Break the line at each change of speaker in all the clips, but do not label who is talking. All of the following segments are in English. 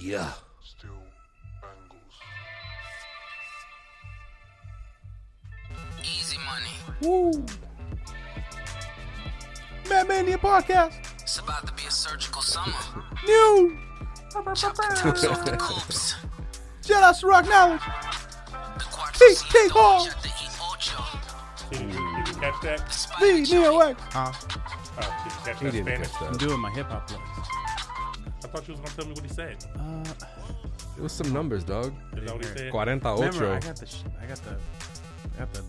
Yeah.
Still bangles.
Easy money.
Woo. Madmania Podcast.
It's about to be a surgical summer.
New.
Chop the tops off the coops.
Jedi Rock Knowledge.
The
Take-
quadricep
take off.
shut the E ocho.
Did you, did you catch that?
The
Spider
Neo
joint.
X. Huh?
Oh, did you catch
He
that
didn't
Spanish?
catch that.
doing my hip hop legs.
I thought you was gonna tell me what he said.
It was some numbers, dog.
Is that what he said?
Remember, I
48.
got the, sh- I got the, I got the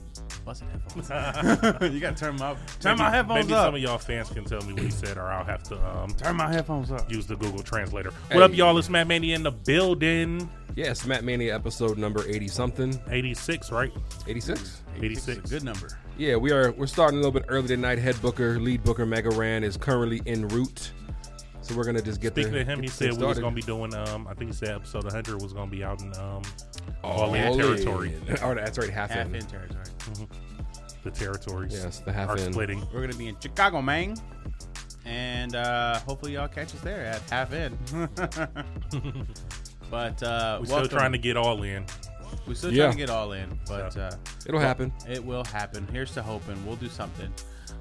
busted headphones. you gotta turn my, turn my headphones
Maybe
up.
some of y'all fans can tell me what he said, or I'll have to um,
turn my headphones up.
use the Google Translator. What up,
Hey.
y'all? It's Matt Mania in the building.
Yes, Matt Mania episode number 80 something.
86, right?
86?
86.
It's a good number.
Yeah, we are we're starting a little bit early tonight. Head booker, lead booker Mega Ran is currently en route. So we're gonna just get
Speaking
the,
to him, he
get
said
things
we was
started.
gonna be doing. Um, I think he said episode 100 was gonna be out in um,
all
all in territory.
Oh, that's right, half,
Half
in.
in territory.
The territories.
Yes, the half
are
in.
splitting.
We're gonna be in Chicago, man. And uh, hopefully y'all catch us there at half in. but uh,
We're still trying to get all in.
we're still
Yeah.
trying to get all in, but
So.
uh,
It'll happen.
it will happen. Here's to hoping we'll do something.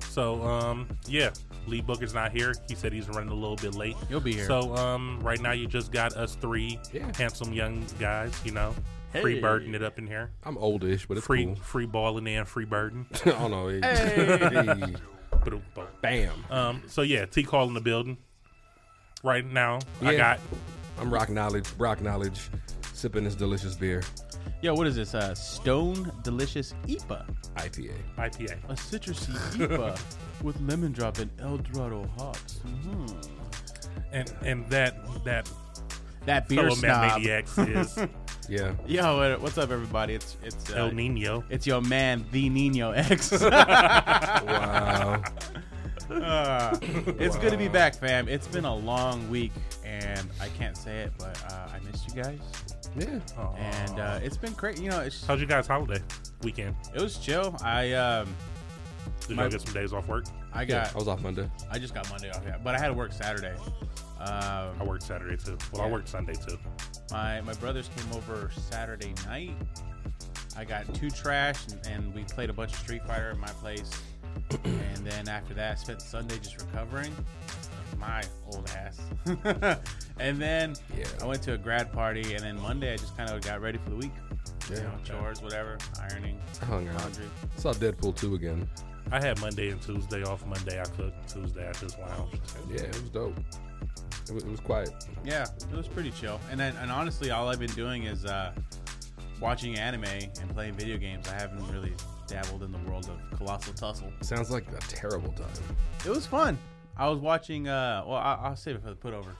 So, um, yeah, Lee Booker's not here. He said he's running a little bit late.
You'll be here.
So, um, right now you just got us three
Yeah.
handsome young guys, you know, free
Hey.
birding it up in here,
I'm oldish, but it's
free
cool.
free balling in, free birding.
I don't know. Hey. Hey.
Boom, boom.
Bam.
um, so yeah, T call in the building. Right now, I
Yeah.
got
I'm rock knowledge, rock knowledge, sipping this delicious beer.
Yo, what is this? Uh, Stone Delicious IPA,
IPA.
IPA.
a citrusy IPA with lemon drop and El Dorado hops. hmm
and and that that
That beer
fellow Mad
snob.
Maniacs is
Yeah.
Yo, what- what's up, everybody? It's it's uh,
El Nino.
It's your man, the Nino X.
Wow.
It's good to be back, fam. It's been a long week, and I can't say it, but uh, I missed you guys.
yeah.
Aw.
And uh, it's been great. You know, it's,
How's you guys' holiday weekend?
it was chill. I um,
Did
My-
y'all get some days off work?
I
Yeah.
got
I was off Monday.
I just got Monday off, yeah, but I had to work Saturday. Um,
I worked Saturday too. Well, I
Yeah.
worked Sunday too.
my my brothers came over Saturday night. I got two trash, and, and we played a bunch of Street Fighter at my place. and then after that, I spent Sunday just recovering. My old ass. and then
Yeah.
I went to a grad party, and then Monday I just kind of got ready for the week.
Yeah.
You know, chores, whatever, ironing,
I hung out.
laundry.
Saw Deadpool 2 again.
I had Monday and Tuesday off. Monday I cooked. Tuesday I just lounged.
Yeah, it was dope. It was, it was quiet.
Yeah, it was pretty chill. And then, and honestly, all I've been doing is uh, watching anime and playing video games. I haven't really dabbled in the world of Colossal Tussle.
Sounds like a terrible time.
It was fun. I was watching. Uh, well, I, I'll save it for the put over.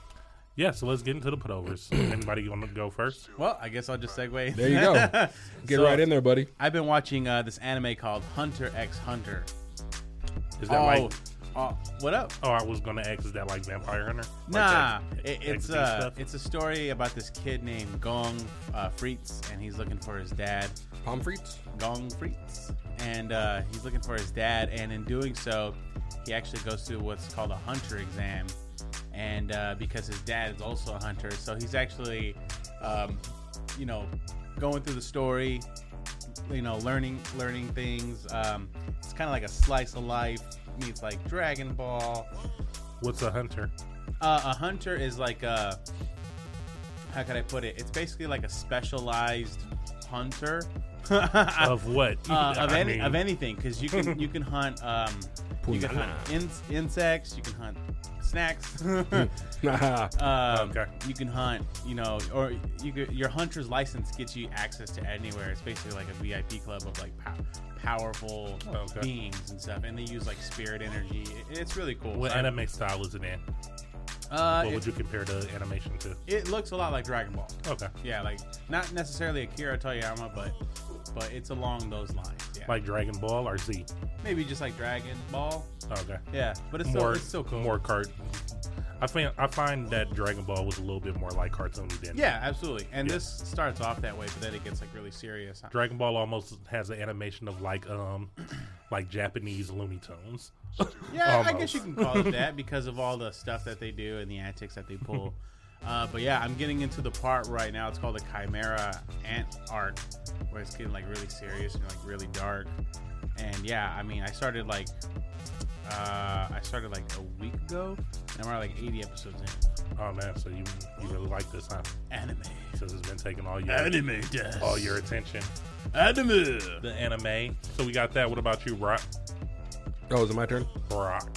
Yeah, so let's get into the putovers. Anybody want to go first?
Well, I guess I'll just segue.
There you go. Get
So,
right in there, buddy.
I've been watching uh, this anime called Hunter X Hunter.
Is that
oh,
like?
oh, what up?
Oh, I was gonna ask. Is that like Vampire Hunter? Like
Nah,
that
it,
X
it's
D
uh,
stuff?
it's a story about this kid named Gong uh, Fritz, and he's looking for his dad.
Palm frites?
Gong Fritz. And uh, he's looking for his dad. And in doing so, he actually goes through what's called a hunter exam. And uh, because his dad is also a hunter, so he's actually, um, you know, going through the story, you know, learning learning things. Um, it's kind of like a slice of life meets like Dragon Ball.
what's a hunter?
Uh, a hunter is like a how could I put it? It's basically like a specialized hunter.
Of what?
uh, of,
I
any,
mean,
of anything because you can you can hunt um you can hunt in- insects you can hunt snacks um,
Nah.
Hmm. Okay.
you can hunt you know or you could, your hunter's license gets you access to anywhere it's basically like a vip club of like pow- powerful
Oh, Okay.
beings and stuff and they use like spirit energy It- it's really cool
What
So,
anime style is it in?
uh,
What
it,
would you compare the animation to?
it looks a lot like dragon ball
Okay.
yeah like not necessarily akira toriyama but but it's along those lines yeah
Like Dragon Ball or Z?
maybe just like dragon ball
Okay.
yeah but it's still,
more,
it's still cool
more cart. I find I find that Dragon Ball was a little bit more like cartoony than
Yeah, absolutely. And
Yeah.
this starts off that way, but then it gets like really serious.
Dragon Ball almost has an animation of like um like Japanese Looney Tunes.
Yeah, I guess
Almost.
you can call it that because of all the stuff that they do and the antics that they pull. Uh, but yeah, I'm getting into the part right now. It's called the Chimera Ant arc, where it's getting like really serious and like really dark. And yeah, I mean, I started like uh, I started like a week ago, and we're like 80 episodes in.
Oh man, so you you really like this, huh?
Anime,
Because it's been taking all your
anime, death.
all your attention.
anime.
The anime. So we got that. What about you, Rock?
Oh, is it my turn?
Rock.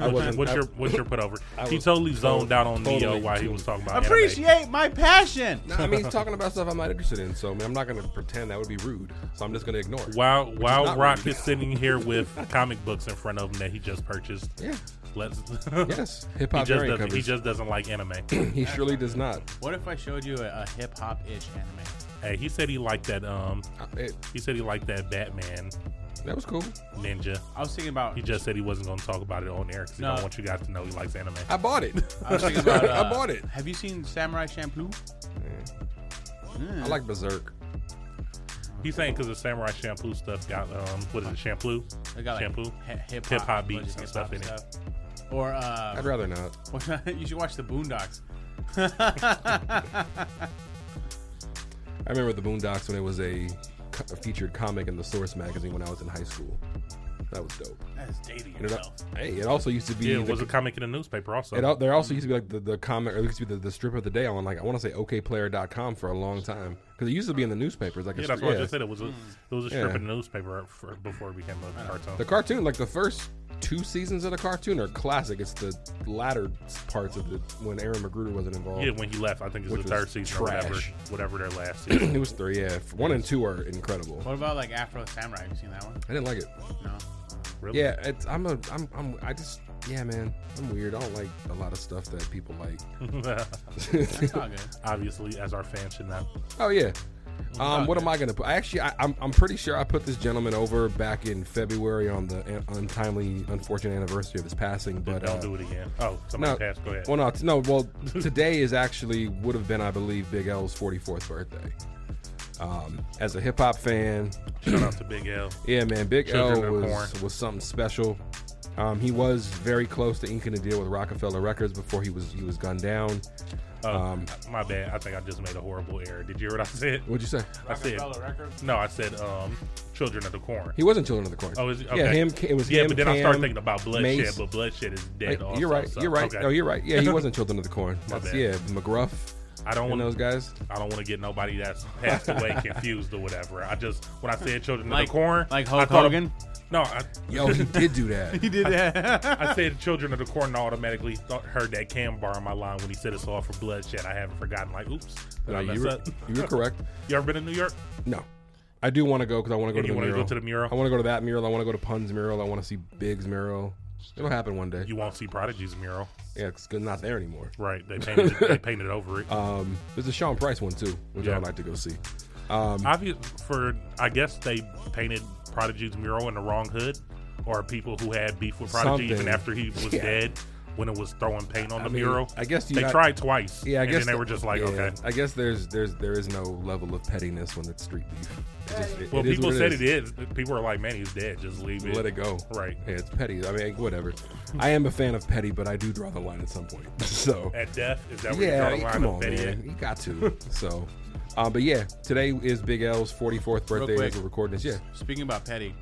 I wasn't.
What's
I-
your what's your put over?
I
He
was
totally zoned out on Neo
totally
while he
tuned.
was talking about anime.
Appreciate my passion.
Nah, I mean, he's talking about stuff I'm not interested in, so I mean, I'm not going to pretend that would be rude. So I'm just going to ignore it.
While while
not
Rock
rude.
is sitting here with comic books in front of him that he just purchased,
Yeah.
let's
Yes.
he
Hip-hop variant
just doesn't, he
covers.
just doesn't like anime.
He surely does not.
What if I showed you a, a hip hop ish anime?
hey, he said he liked that um
I- It,
he said he liked that Batman
that was cool.
Ninja.
I was thinking about
He just said he wasn't going to talk about it on air because he
No.
don't want you guys to know he likes anime.
I bought it.
I was thinking about.
I
uh,
bought it.
Have you seen Samurai Champloo?
I like Berserk.
He's saying because the Samurai Shampoo stuff got um what is it shampoo?
They got like
Shampoo?
hip
Hip hop
hop
beats and stuff in it.
Or
I'd
uh,
rather not.
you should watch the Boondocks.
I remember the Boondocks when it was a, co- featured comic in the Source magazine when I was in high school. That was dope.
That's dating
And it al-
yourself.
hey, it also used to be.
Yeah, it
the-
was a comic in the newspaper also.
it al- there also used to be like the, the comic, or it used to be the, the strip of the day on like I want to say OKPlayer.com for a long time because it used to be in the newspapers. Like a
Yeah, that's
stri-
what I
yeah.
just said. It was a
Hmm.
it was a strip
Yeah.
in the newspaper for, before it became a cartoon.
The cartoon, like the first two seasons of the cartoon, are classic. It's the latter parts of the when Aaron Magruder wasn't involved.
Yeah, when he left, I think it was
Which
the third
was
season, or whatever,
trash.
whatever their last season.
it was three. Yeah, F- one and two are incredible.
What about like Afro Samurai? Have you seen that one?
I didn't like it.
No.
Really?
Yeah, it's, I'm a, I'm, I'm, I just, yeah, man, I'm weird. I don't like a lot of stuff that people like.
That's not good.
Obviously, as our fans should not.
Oh yeah. Um, what am I gonna put? I actually, I, I'm, I'm pretty sure I put this gentleman over back in February on the an- untimely, unfortunate anniversary of his passing. But
don't
uh,
do it again. Oh, somebody
No,
passed. Go ahead.
well, no, t- no. Well, today is actually would have been, I believe, Big L's 44th birthday. Um, as a hip hop fan,
Shout out to Big L.
yeah, man, Big
Children
L
of
was,
Corn.
was something special. Um, he was very close to inking a deal with Rockefeller Records before he was he was gunned down.
Oh, my bad. I think I just made a horrible error. Did you hear what I said?
What'd you say?
I said
Rockefeller Records.
no. I said um, Children of the Corn.
He wasn't Children of the Corn.
Oh, is, okay.
yeah, him. It was
yeah,
him,
but then I
Cam,
started thinking about bloodshed,
Mace.
but bloodshed is dead.
Hey,
also,
you're right.
so-
You're right.
okay.
No, you're right. Yeah, he wasn't Children of the Corn.
My
That's-
bad.
yeah, McGruff
I don't
and
want
those guys.
I don't want to get nobody that's passed away confused or whatever. I just when I said Children
Like-
of the Corn,
like
I
Hulk
thought of-
Hogan?
no, I,
Yo, he did do that.
He did that.
I said Children of the Corn and automatically thought, heard that Cam bar on my line when he said it's all for bloodshed. I haven't forgotten. Like, oops, did
No,
I mess
uh, you, were,
up?
you were correct.
You ever been to New York?
No. I do want to go because I want to go
And
to
you
the
wanna go
mural.
to the mural?
I want to go to that mural. I want to go to Pun's mural. I want to see Big's mural. It'll happen one day.
You won't see Prodigy's mural,
Yeah, it's good- not there anymore.
right? They painted they painted over it.
Um, there's a Sean Price one too, which
Yeah.
I'd like to go see.
Obvious for I guess they painted Prodigy's mural in the wrong hood, or people who had beef with Prodigy even
Something.
after he was
Yeah.
dead when it was throwing paint on the
mean,
mural.
I guess you
they
got-
tried twice.
Yeah, I
and
guess
then they
the-
were just like,
yeah,
okay.
I guess there's there's there is no level of pettiness when it's street beef. It just- it-
Well,
it is
people
what
said
is.
it is. People are like, man, he's dead. Just leave it.
Let it go.
Right.
Yeah, it's petty. I mean, whatever. I am a fan of petty, but I do draw the line at some point. So
At death, is that where
yeah,
you draw the line
come
of
on,
petty at?
man. You got to. so, uh, but yeah, today is Big L's 44th birthday
quick.
as we're recording this. Yeah.
Speaking about petty,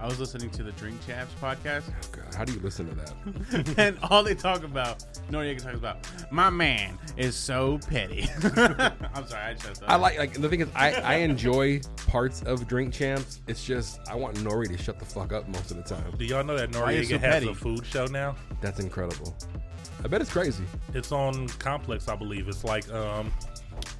I was listening to the Drink Chaps podcast.
Oh, God, how do you listen to that?
and all they talk about, Noriega talks about, my man is so petty. I'm sorry, I just
I like like the thing is I I enjoy parts of Drink Champs. It's just I want Nori to shut the fuck up most of the time.
Do y'all know that
are you
Noriega
so
has
petty?
a food show now?
That's incredible. I bet it's crazy.
It's on Complex, I believe. It's like um,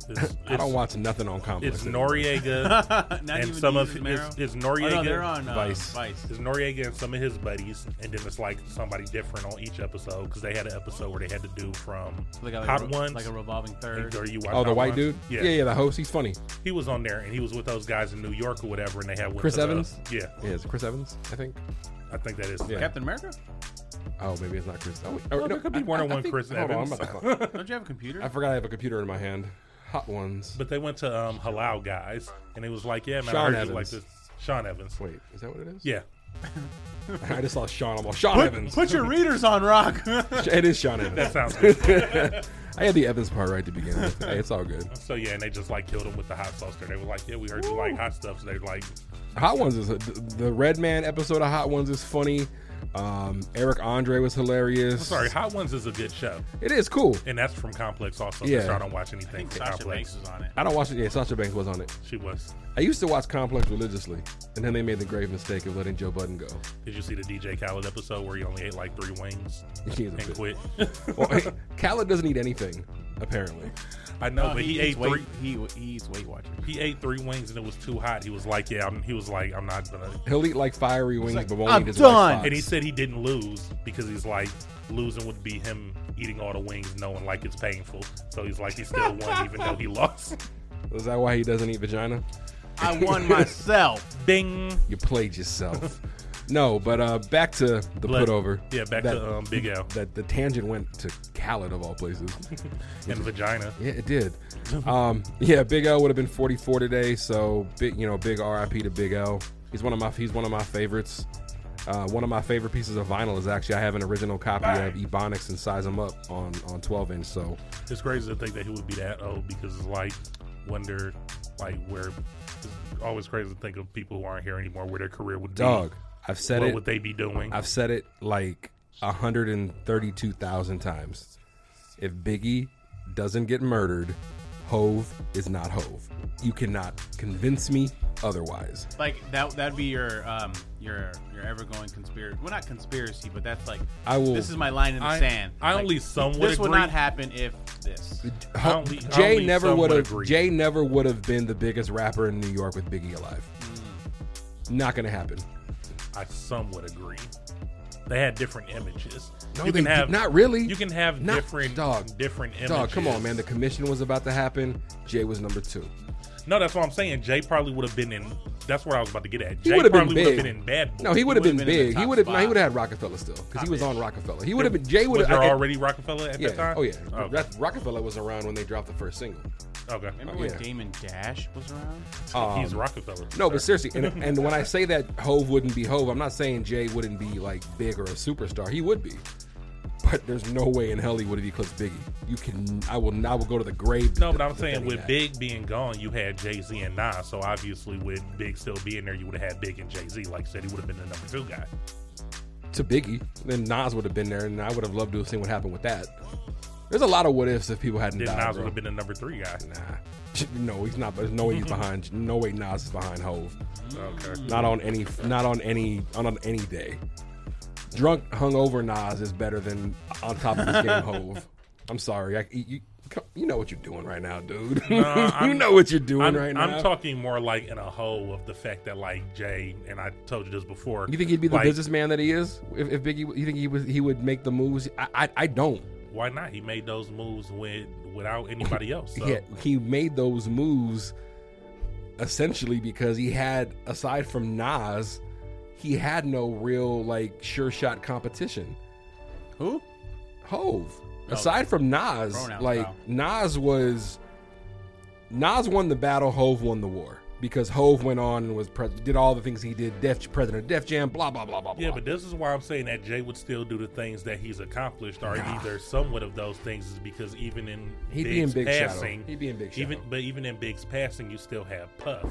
it's, it's,
I don't watch nothing on complex.
it's
anymore.
Noriega
Not
and
even
some of
Jesus Mero.
his is
Oh,
Noriega.
no, they're on uh,
Vice.
Vice.
It's Noriega and some of his buddies, and then it's like somebody different on each episode because they had an episode where they had to do from
They got
Hot
a, ro-
Ones.
like a revolving third.
or you watch
Oh, the
Hot
white
Ones?
dude.
Yeah.
yeah, the host. He's funny.
he was on there, and he was with those guys in New York or whatever, and they had went
Chris
to the-
Evans?
Yeah,
Yeah, it's Chris Evans, I think.
I think that is.
Yeah.
Captain America?
Oh, maybe it's not Chris. Oh, wait, oh,
Well, there could be one on one Chris
hold on, I'm
Evans.
about to find-
Don't you have a computer?
I forgot I have a computer in my hand. Hot ones.
But they went to um, Halal guys, and it was like, yeah, man,
Sean
I heard
Evans.
you like this. Sean Evans.
Wait, is that what it is?
Yeah.
I just saw Sean. I'm all Sean
put,
Evans.
put your readers on rock.
It is Sean Evans.
Sounds good.
I had the Evans part right to begin with. Hey, it's all good.
So yeah, and they just like killed him with the hot sauce. There, they were like, "Yeah, we heard you like hot stuff." So they're like,
Hot Ones is the, the Red Man episode of Hot Ones is funny. Um, Eric Andre was hilarious.
"Sorry, Hot Ones is a good show,
it is cool.
and that's from Complex also."
Yeah.
Yeah, I don't watch anything.
I think
from
Sasha
Complex.
Banks was on it.
I don't watch it. Yeah, Sasha Banks was on it.
She was.
I used to watch Complex religiously, and then they made the grave mistake of letting Joe Budden go.
Did you see the DJ Khaled episode where he only ate like three wings
He's a
and
bitch.
quit?
Well, Khaled doesn't eat anything, apparently.
I know, but he,
eats
ate three.
weight, Oh, he, he eats Weight Watchers.
He ate three wings and it was too hot. He was like, "Yeah," I'm, he was like, "I'm not gonna."
He'll eat like fiery wings,
like,
but won't
"I'm
eat his
done."
wife's
And he
socks.
said he didn't lose because he's like, losing would be him eating all the wings, knowing like it's painful. So he's like, he still won even though he lost.
Is that why he doesn't eat vagina?
I won myself.
Bing.
You played yourself. no, but uh, back to the
But-
put over.
Yeah, back
That-
to um, Big L
That the tangent went to Khaled of all places.
and vagina.
yeah, it did. Um, yeah, Big L would have been 44 today, so big, you know, big RIP to Big L. He's one of my he's one of my favorites. Uh, one of my favorite pieces of vinyl is actually I have an original copy of Ebonics and Size 'Em Up on on 12 inch. So
It's crazy to think that he would be that old because it's like, wonder, like where. It's always crazy to think of people who aren't here anymore where their career would be.
dog, I've said
What
it.
would they be doing?
I've said it like 132,000 times. If Biggie doesn't get murdered, Hove is not Hove. You cannot convince me otherwise.
Like that that'd be your um your your ever going conspiracy. Well, not conspiracy, but that's like
I will-
This is my line in the
I-
sand.
I
Like,
only somewhat
This would
agree.
not happen if this.
I only- I
Jay
only
never
somewhat
would have
agree.
Jay never would have been the biggest rapper in New York with Biggie alive. Not going to happen.
I somewhat agree. They had different images.
No, they did- not really.
You can have
Not-
different
dog.
different images.
Dog, come on man, the commission was about to happen. Jay was number 2.
No, that's what I'm saying. Jay probably would have been in. That's what I was about to get at.
He
Jay
would have been
probably would
big.
have been in bad. Boy.
No, he would have
would've
been,
been in the
big. He
top
would have. No, he
five.
would have had Rockefeller still because he was on Rockefeller. He would have been. Jay would
Was
have.
there
I- I-
already Rockefeller at
Yeah.
that time?
Oh yeah.
Okay.
That- Rockefeller was around when they dropped the first single.
okay.
Remember
Oh,
when
yeah.
Damon Dash was around?
He's Rockefeller.
um, No, but
sir.
seriously, and, and when I say that Hove wouldn't be Hove, I'm not saying Jay wouldn't be like big or a superstar. He would be, but there's no way in hell he would have eclipsed Biggie. You can. I will. I will go to the grave.
No, but
de-
I'm saying
defending
with
that.
Big being gone, you had Jay Z and Nas. So obviously, with Big still being there, you would have had Big and Jay Z. Like I said, he would have been the number two guy.
to Biggie, then Nas would have been there, and I would have loved to have seen what happened with that. There's a lot of what ifs if people hadn't
Then
died.
Nas
bro.
would have been the number three guy.
Nah. No, he's not. There's no way he's behind. No way Nas is behind Hove.
Okay.
Not on any. Not on any. Not on any day. Drunk, hungover Nas is better than on top of his game Hove. I'm sorry. I, you, you- you know what you're doing right now, dude. you
I'm-
know what you're doing
I'm,
right now.
I'm talking more like in a hoe of the fact that like Jay and I told you this before.
You think he'd be the
like,
businessman that he is? If, if Biggie, you think he was? He would make the moves? I, I, I don't.
Why not? He made those moves with without anybody else. So.
Yeah, he made those moves essentially because he had, aside from Nas, he had no real like sure shot competition.
Who?
Hove.
Oh.
Aside from Nas,
Pronouns,
like Nas was Nas won the battle, Hove won the war because Hove went on and was pres did all the things he did, Def president of Def Jam, blah blah blah blah
Yeah,
blah.
but this is why I'm saying that Jay would still do the things that he's accomplished, or either somewhat of those things, is because even in
He'd be
Big's
in Big Shadow.
passing,
He'd be in Big
even
Shadow.
but even in Big's passing, you still have Puff,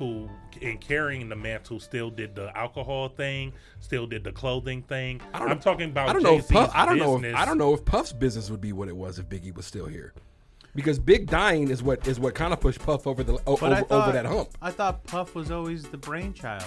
who in carrying the mantle still did the alcohol thing, still did the clothing thing.
I don't-
I'm talking about
I don't know if
Jay-Z's
Puff, I don't know if
business.
I don't know if Puff's business would be what it was if Biggie was still here. Because Big dying is what is what kind of pushed Puff over the o-
But I
over,
thought,
over that hump.
I thought Puff was always the brainchild.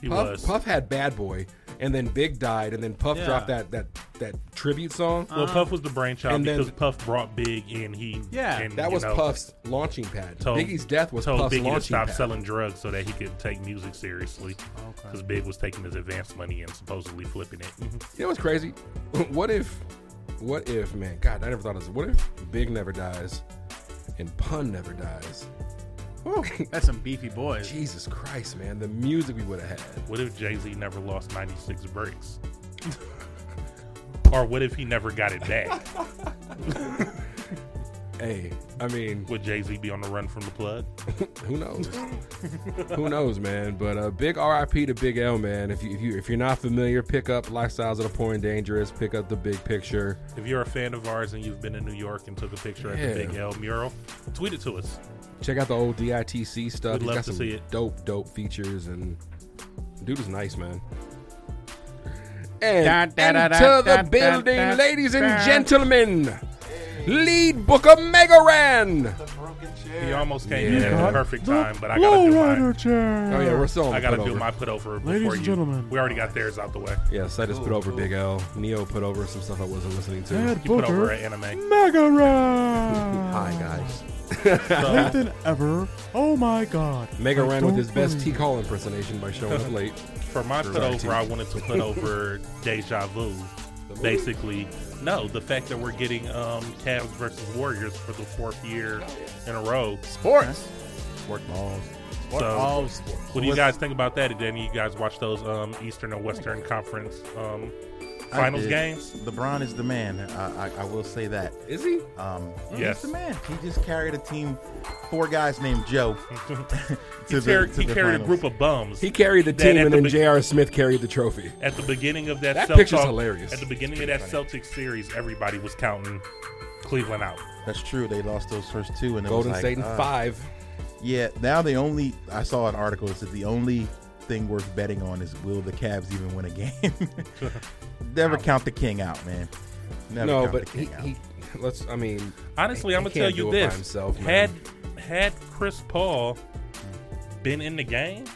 He
Puff,
was.
Puff had Bad Boy, and then Big died, and then Puff
Yeah.
dropped that that that tribute song.
Well, Puff was the brainchild
and then-
because Puff brought Big in. He
Yeah,
and,
that
you
was
know,
Puff's launching pad.
told-
Biggie's death was
told
Puff's
Biggie to
launching
stop
pad.
selling drugs so that he could take music seriously. Because Big was taking his advance money and supposedly flipping it.
You know what's crazy? What if, what if, man, God, I never thought of this. What if Big never dies, and Pun never dies?
That's some beefy boys.
Jesus Christ, man, the music we would have had.
What if Jay Z never lost 96 bricks? or what if he never got it back?
Hey, I mean,
Would Jay Z be on the run from the blood?
who knows? who knows, man? But uh, big RIP to Big L, man. If you if you if you're not familiar, pick up Lifestyles of the Poor and Dangerous. Pick up the Big Picture.
If you're a fan of ours and you've been in New York and took a picture at the
Yeah.
Big L mural, tweet it to us.
Check out the old DITC stuff.
We'd
He's
love
got
to
some
see it.
Dope, dope features and dude is nice, man. And
Da, da, da, da,
into
da,
the
da,
building,
da,
ladies and
da.
gentlemen. Lead Booker Megaran.
He almost came
Yeah.
in at the perfect time, but I gotta do my
Oh yeah, we're still on.
I gotta
put
do
over.
my put over before
Ladies
you.
and gentlemen.
We already got theirs out the way.
Yeah, so I just put over Big L. Neo put over some stuff I wasn't listening to.
Ed
You put over
Booker,
an anime.
Mega Ram.
Hi guys.
So,
Nathan Ever. Oh my God.
Mega
I
ran with
don't
his best T
believe-
call impersonation by showing up late.
for my
Sure.
put over, I wanted to put over Deja Vu. Basically, no, the fact that we're getting um, Cavs versus Warriors for the fourth year in a row.
Sports.
Sport balls. So,
All sports.
what do you guys think about that? Did any of you guys watch those um, Eastern or Western Conference um, finals
did.
games?
LeBron is the man. I, I, I will say that.
Is he?
Um,
Yes.
He's the man. He just carried a team, four guys named Joe. to
He
the-
carried,
to
he
the
carried a
finals.
group of bums.
He carried the
That
team
at
and
the
then
be-
J.R. Smith carried the trophy.
At the beginning of that,
That
Celt-
picture's hilarious.
At the beginning of that Celtics series, everybody was counting Cleveland out.
That's true. They lost those first two, and it
Golden
was like,
State in
uh,
five.
Yeah. Now the only I saw an article that said the only thing worth betting on is will the Cavs even win a game? Never count the king out, man. Never
No,
count
but
the
he,
king out.
he let's. I mean,
Honestly,
He-
I'm
he
gonna tell
can't do
you
it by
this:
himself, man.
had had Chris Paul been in the game,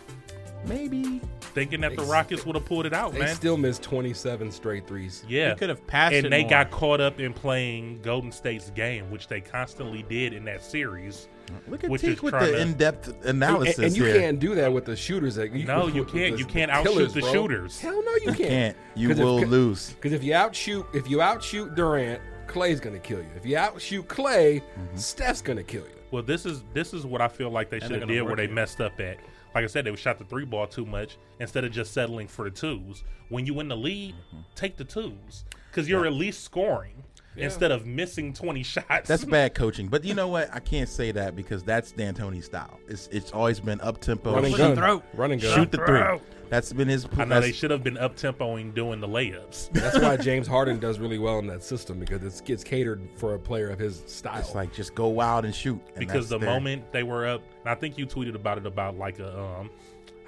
maybe
thinking that the
They-
Rockets would have pulled it out,
they
man.
still missed 27 straight threes.
yeah,
He could have passed it
and they
more.
got caught up in playing Golden State's game, which they constantly did in that series.
look at
Which
Teak
is
with
trying
the
to-
in-depth
And,
analysis
and you
here.
can't do that with the shooters. That you,
No,
with-
you
with
can't.
the-
You can't
the
outshoot
killers,
the
bro.
shooters.
Hell no, you can't.
Can't. You
'Cause if-
will lose.
Because if you outshoot, if you outshoot Durant, Clay's gonna kill you. If you outshoot Clay,
Mm-hmm.
Steph's gonna kill you.
Well, this is this is what I feel like they should have
gonna
did where
work
they
it.
messed up at. Like I said, they shot the three ball too much instead of just settling for the twos. When you in the lead, take the twos because you're at least scoring instead of missing twenty shots.
That's bad coaching. But you know what? I can't say that because that's D'Antoni's style. It's it's always been up tempo.
Running
Shoot,
gun.
throat.
Running gun.
shoot the three.
Throat.
That's been his.
I know they
that's-
should have been up tempoing doing the layups.
That's why James Harden does really well in that system because it's it's catered for a player of his style.
It's like just go wild and shoot. And
because
that's
the
their-
moment they were up, and I think you tweeted about it about like a, um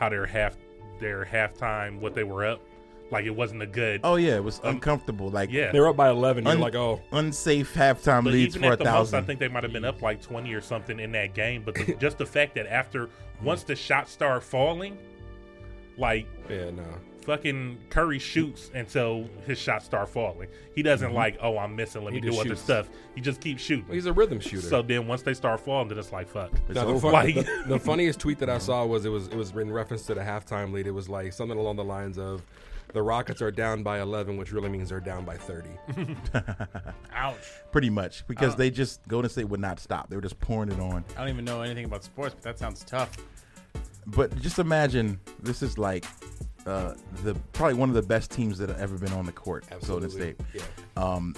how their half their halftime what they were up, like it wasn't a good
Oh yeah, it was uncomfortable. Like
Um, yeah.
they're up by 11. You're
un-
like, oh,
unsafe halftime
But
leads
even
for a
at the most, I
thousand.
think they might have been up like twenty or something in that game. But the, just the fact that after once the shots start falling, like
yeah, no.
fucking Curry shoots until his shots start falling. He doesn't
Mm-hmm.
like, oh, I'm missing. Let
He
me do
just
other
shoots.
stuff. He just keeps shooting.
Well, he's a rhythm shooter.
so then once they start falling, then it's like fuck.
Now, the,
over.
fun-
Like-
the- the funniest tweet that I saw was it was it was in reference to the halftime lead. It was like something along the lines of, "The Rockets are down by 11, which really means they're down by 30."
Ouch.
pretty much because
Uh.
they just Golden State would not stop. They were just pouring it on.
I don't even know anything about sports, but that sounds tough.
But just imagine this is like uh, the probably one of the best teams that have ever been on the court. Golden
Absolutely.
State.
Yeah.
um,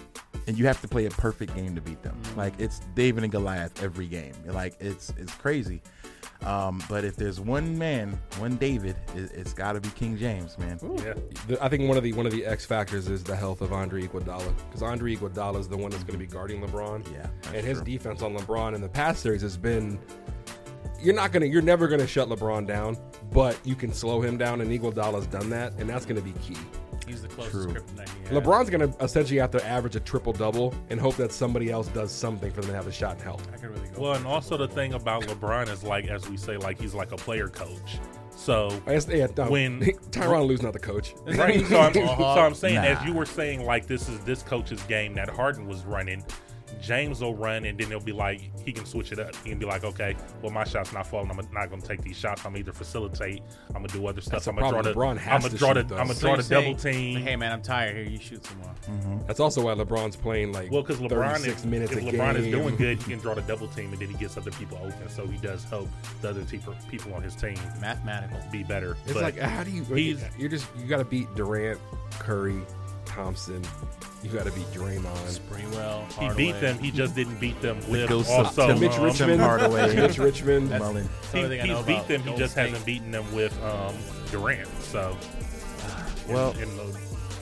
and you have to play a perfect game to beat them.
Mm.
Like it's David and Goliath every game. Like it's it's crazy. Um, but if there's one man, one David, it, it's got to be King James, man.
Yeah.
The- I think one of the one of the X factors is the health of Andre Iguodala because Andre Iguodala is the one that's going to be guarding LeBron.
Yeah, that's
and his
true.
defense on LeBron in the past series has been you're not gonna you're never gonna shut LeBron down, but you can slow him down, and Iguodala's done that, and that's gonna be key.
He's the closest
True.
kryptonite he has.
LeBron's gonna essentially have to average a triple double and hope that somebody else does something for them to have a shot and help.
I could really go.
Well, and also the thing about LeBron is like, as we say, like he's like a player coach. So
I guess, yeah, no,
When-
Tyron Lue's not the coach,
Right. So I'm, so
Uh-huh.
I'm saying,
Nah.
as you were saying, like this is this coach's game that Harden was running. James will run, and then they'll be like, he can switch it up. He can be like, okay, well, my shot's not falling. I'm not going to take these shots. I'm either facilitate. I'm gonna do other stuff.
the
I'm gonna draw
problem.
the.
LeBron
I'm
has
gonna
to
draw the.
shoot, though.
I'm gonna
So
draw
you're
the
saying-
double team.
Like, hey man, I'm tired. Here, you shoot some more.
that's also why LeBron's playing like
well, because LeBron
36
is
minutes
if
a
LeBron
game.
is doing good, he can draw the double team, and then he gets other people open. So he does help the other te- people on his team
Mathematical.
be better.
It's
but
like how do you?
he's-
You're just you got to beat Durant, Curry, Thompson. You got to beat Draymond.
Sprewell.
He
Hardaway.
beat them. He just didn't beat them with
Ghost of
also.
Tim-
Mitch
um,
Richmond.
Tim Hardaway.
Mitch Richmond.
That's- Mullen.
That's
He,
the only thing I know
he's beat
about
them. He
Golden
just
State.
hasn't beaten them with um, Durant. So,
Well,
in the-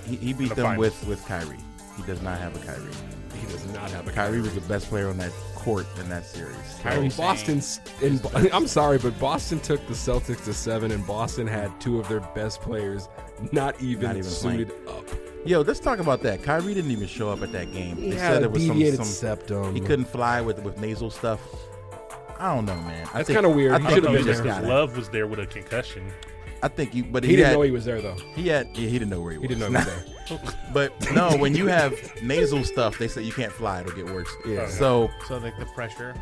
he, he beat
the
them
finals.
with with Kyrie. He does not have a Kyrie.
He does not have a
Kyrie was the best player on that court in that series.
Kyrie Boston. In, I'm sorry, but Boston took the Celtics to seven, and Boston had two of their best players not even,
Not even
suited up.
Yo, let's talk about that. Kyrie didn't even show up at that game.
He had a deviated septum.
He couldn't fly with with nasal stuff. I don't know, man. I
That's
think-
kinda weird.
I
He
think
should've
you
been
just
there.
got
Because
it.
Love was there with a concussion.
I think you, but
He,
he,
didn't
had,
know he was there though.
He had, yeah, he didn't know where he was.
He didn't know he was there.
But no, when you have nasal stuff, they say you can't fly; it'll get worse. Yeah.
Okay.
So
So like the pressure.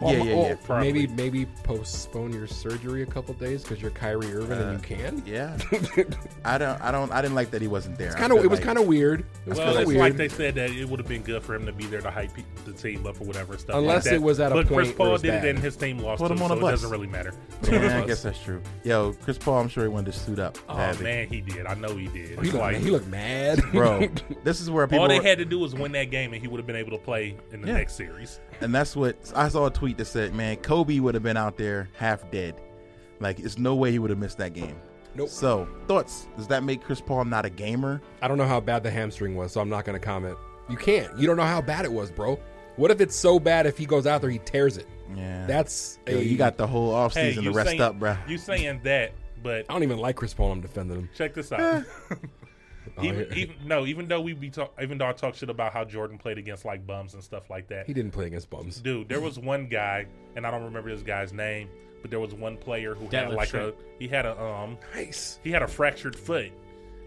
Well,
yeah, yeah,
well,
yeah.
probably.
Maybe maybe postpone your surgery a couple days because you're Kyrie Irving and you can.
Uh, yeah, I don't, I don't, I didn't like that he wasn't there.
Kind of, it was kind of weird. It was
Well,
kind
it's
of weird.
like they said that it would have been good for him to be there to hype pe- the team up or whatever and stuff. like
Unless
that.
it was at a
but Chris
point where
Paul
it's
did
bad.
it and his team lost.
Put him
too,
on a
so
bus.
It doesn't really matter.
Yeah, I guess that's true. Yo, Chris Paul, I'm sure he wanted to suit up.
Oh
Have it.
man, he did. I know he did.
he, looked,
Like,
he looked mad,
bro, this is where people.
all they
were-
had to do was win that game, and he would have been able to play in the
Yeah.
next series.
And that's what I saw a tweet that said, "Man, Kobe would have been out there half dead. Like, it's no way he would have missed that game."
Nope.
So, thoughts? Does that make Chris Paul not a gamer?
I don't know how bad the hamstring was, so I'm not going to comment. You can't. You don't know how bad it was, bro. What if it's so bad if he goes out there, he tears it?
Yeah.
That's a,
Yo, you got the whole
Hey,
offseason to
you
rest
saying,
up, Oh. bro.
You saying that, but
I don't even like Chris Paul. I'm defending him.
check this out.
Oh,
even,
yeah.
even no, even though we be talk, even though I talk shit about how Jordan played against like bums and stuff like that,
He didn't play against bums.
dude there was one guy and i don't remember this guy's name but there was one player who had
Detlef
like
Schrempf.
a he had a um
Nice.
he had a fractured foot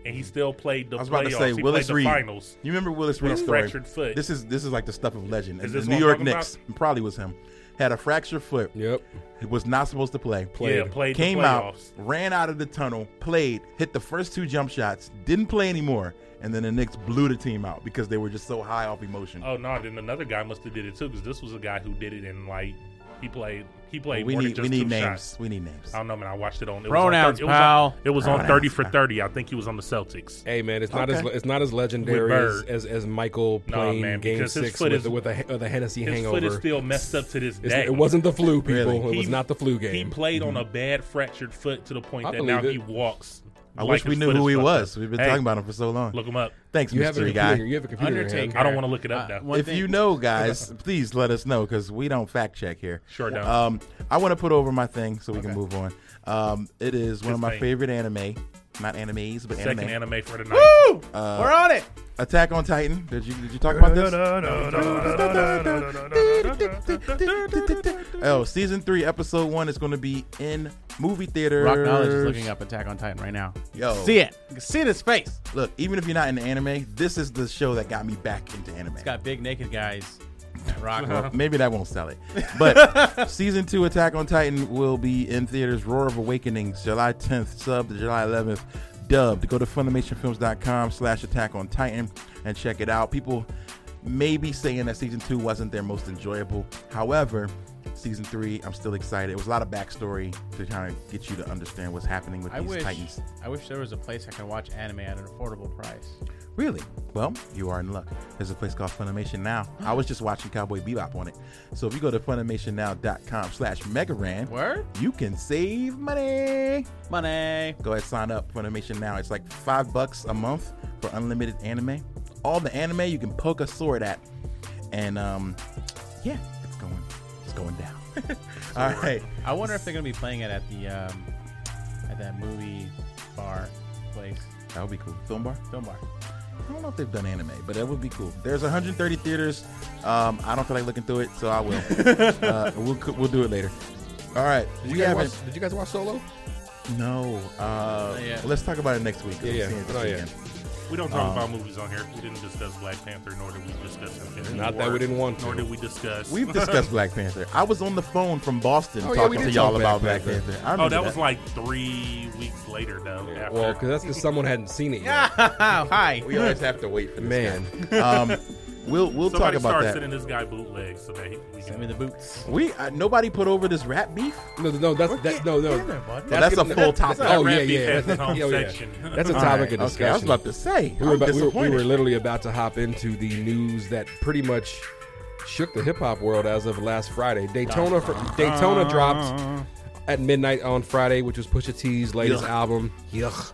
and he still played the
Mm-hmm. I was about
playoffs
to say
he
Willis
played
Reed.
the finals
You remember Willis
With a
Reed's story?
fractured foot.
This is this is like the stuff of legend. And
this what
the New
I'm
York
talking about?
Knicks probably was him. Had a fractured foot.
Yep.
He was not supposed to play.
Yeah, played the
Came out,
playoffs.
ran out of the tunnel, played, hit the first two jump shots, didn't play anymore, and then the Knicks blew the team out because they were just so high off emotion.
oh no then another guy must have did it too because this was a guy who did it in like he played he played
we
more
need
than
we
just
need
two
names.
shots
We need names.
I don't know, man. I watched it on it
Pronouns,
was on, thir-
pal.
it was on, it was on
Pronouns,
thirty for
pal.
thirty. I think he was on the Celtics.
Hey man, it's not as
Okay.
it's not as legendary as,
Bird.
as as Michael
Nah,
playing
man,
Game
because his
Six
foot
with,
is-
the- with a he- uh, the Hennessy
His
hangover.
foot is still messed up to this
It's-
day.
it wasn't the flu, people.
Really?
It was
He-
not the flu game.
He played on a bad fractured foot to the point
I
that now
believe it.
he walks.
I
like
wish we
his
knew
foot
who
is
he
fucked
was.
up.
We've been
Hey,
talking about him for so long.
Look him up.
Thanks,
you have a
mystery
computer.
guy.
You have a computer. in your hand.
Undertaker.
I don't wanna look it up, though.
Uh, one
if
thing-
you know, guys, please let us know because we don't fact check here.
Sure don't.
Um, I want to put over my thing so we can move on. Um, it is one of
His
my
thing.
favorite anime, not animes, but
Second
anime.
anime, for the night.
Woo! We're on it.
Attack on Titan. Did you did you talk about this? Oh, season three, episode one is going to be in movie theaters.
Rock Knowledge is looking up Attack on Titan right now. Oh.
Yo,
See it. You can see it in his face.
Look, even if you're not into anime, this is the show that got me back into anime.
It's got big naked guys. Rock.
Maybe that won't sell it. But season two, Attack on Titan, will be in theaters. Roar of Awakening, July 10th, sub to July 11th, dubbed. Go to FunimationFilms.com slash Attack on Titan and check it out. People may be saying that season two wasn't their most enjoyable. However, season three, I'm still excited. It was a lot of backstory to kind of get you to understand what's happening with
I
these
wish.
Titans.
I wish there was a place I could watch anime at an affordable price.
Really? Well, you are in luck. There's a place called Funimation Now. I was just watching Cowboy Bebop on it. So if you go to FunimationNow.com slash Megaran,
Word?
you can save money.
Money.
Go ahead, sign up Funimation Now. It's like five bucks a month for unlimited anime. All the anime you can poke a sword at. And um, yeah, it's going, it's going down. All right.
I wonder if they're gonna be playing it at the um, at that movie bar place,
That would be cool. Film bar?
film bar.
I don't know if they've done anime, but that would be cool. There's 130 theaters. Um, I don't feel like looking through it, so I will. uh, we'll co- we'll do it later. All right,
Did you,
we
guys
haven't.
watch, did you guys watch Solo?
No, uh,
Yeah.
let's talk about it next week. 'cause
Yeah,
I'm
yeah.
seeing it this
Oh, yeah.
weekend.
We don't
Um,
talk about movies on here. We didn't discuss Black Panther, nor did we discuss Infinity
Not
War,
that we didn't want to.
Nor did we discuss.
We've discussed Black Panther. I was on the phone from Boston
Oh, yeah, we
talking
did
to y'all
talk
about Black
Black
Panther.
Panther.
I remember
oh, that was like three weeks later, though. after.
Well, because that's because someone hadn't seen it yet.
Hi.
we always have to wait for this
Man,
guy. Um, We'll we'll
Somebody
talk about
start
that.
sending this guy bootlegs so that he, we
Send
can.
me the boots.
We uh, nobody put over this rap beef.
No, no, that's
We're
that, no,
getting
no.
in there, buddy.
Well, that's a
getting-
full
that's-
topic.
Oh yeah,
Rap beef
yeah.
has its own
Yeah, yeah.
section.
That's a
All
topic
right,
of
okay,
discussion.
I was about to say.
we were, about, we,
I'm
were, we
disappointed.
were literally about to hop into the news that pretty much shook the hip hop world as of last Friday. Daytona for,
Uh-huh.
Daytona dropped at midnight on Friday, which was Pusha T's latest
Yuck.
album. Yuck.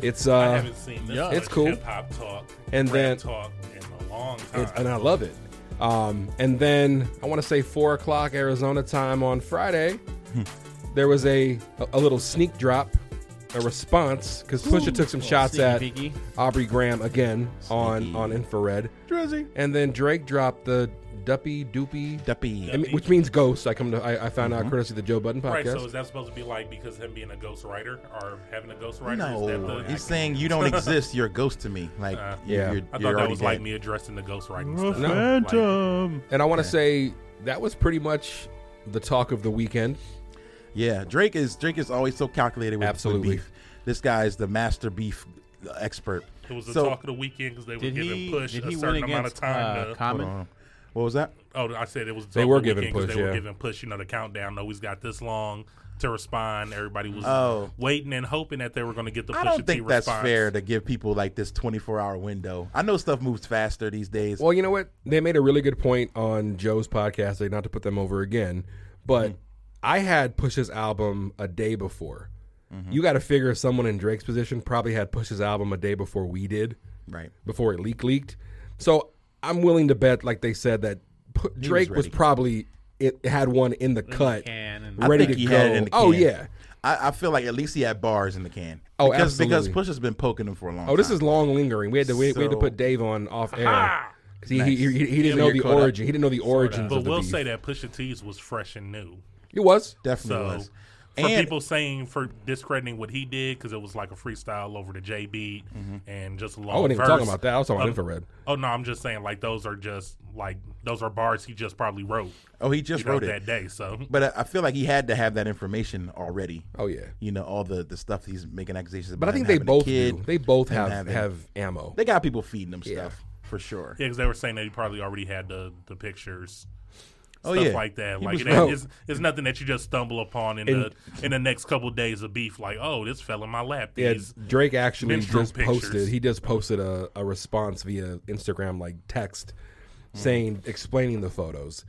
It's
I
uh,
haven't seen this.
yeah.
much
It's cool.
Hip-hop talk
And
rap
then-
talk in a long time.
it's, Uh, and I love it. Um, and then I want to say four o'clock Arizona time on Friday,
Hmm.
there was a a little sneak drop, a response because Pusha took some shots
sneaky
at
peeky.
Aubrey Graham again on
Sneaky.
on Infrared.
Drizzy.
And then Drake dropped the Duppy Doopy,
Duppy. Mm-hmm.
I mean, which means ghost. I come to I, I found out courtesy of the Joe Button
Right,
podcast.
so is that supposed to be like because him being a ghostwriter or having a ghostwriter? is that
No,
the,
he's saying you don't exist. You're a ghost to me. Like
Uh,
Yeah.
yeah, you're,
I
you're
thought that
already
was
dead.
like me addressing the ghostwriting
The
stuff. Like,
Phantom.
and I want to say that was pretty much the talk of the weekend.
Yeah, Drake is Drake is always so calculated with, with
Absolutely.
beef. This guy is the master beef expert.
it was the
So-
talk of the weekend because they were
Did
giving
he?
push
Did
a
he
certain
win
amount of
against
time.
uh,
to,
Hold
Common?
on. What was that?
oh, I said it was.
They
talk
were
of the
giving
weekend 'cause
push,
They were
yeah.
giving push. You know the countdown. Always got this long to respond. Everybody was
Oh.
waiting and hoping that they were going to get the.
I
push
don't think that's
response.
fair to give people like this 24 hour window. I know stuff moves faster these days.
Well, you know what? They made a really good point on Joe's podcast. Like, not to put them over again,
Hmm.
but I had Push's album a day before.
Mm-hmm.
You got to figure someone in Drake's position probably had Push's album a day before we did,
right.
before it leak leaked. So I'm willing to bet, like they said, that Pu- Drake was,
ready.
probably it had one in the cut,
can and- I
ready
I think
to
he
go.
had it in the can.
Oh yeah.
I, I feel like at least he had bars in the can.
Oh,
because, Because
absolutely.
Push has been poking him for a long time.
Oh, this is long lingering. We had to we, we had to
So-
put Dave on off air. 'Cause He, he, he, he didn't
Yeah,
know
you're
the
caught up.
origin. He didn't know the origins.
But
of the
we'll
beef.
say that Pusha T's was fresh and new.
it was.
definitely
So
was.
for
And-
people saying for discrediting what he did because it was like a freestyle over the J beat
Mm-hmm.
and just a long.
I wasn't even
verse.
talking about that. I was talking about
Um,
infrared.
Oh no, I'm just saying like those are just like those are bars he just probably wrote.
Oh, he
you
just
know,
wrote it.
that day. So
But I, I feel like he had to have that information already.
Oh yeah.
You know all the the stuff he's making accusations about.
But I think
him
they
having a
both
kid,
do. They both
him
have
having-
have ammo.
They got people feeding them stuff for sure.
yeah, because they were saying that he probably already had the the pictures.
Oh,
stuff
yeah.
like that.
He
Like
was
it
right.
ain't, it's, it's nothing that you just stumble upon in
And-
the in the next couple days of beef. Like oh, this fell in my lap.
Yeah,
These-
Drake actually
menstrual
just posted.
pictures.
He just posted a, a response via Instagram, like text, saying explaining the photos,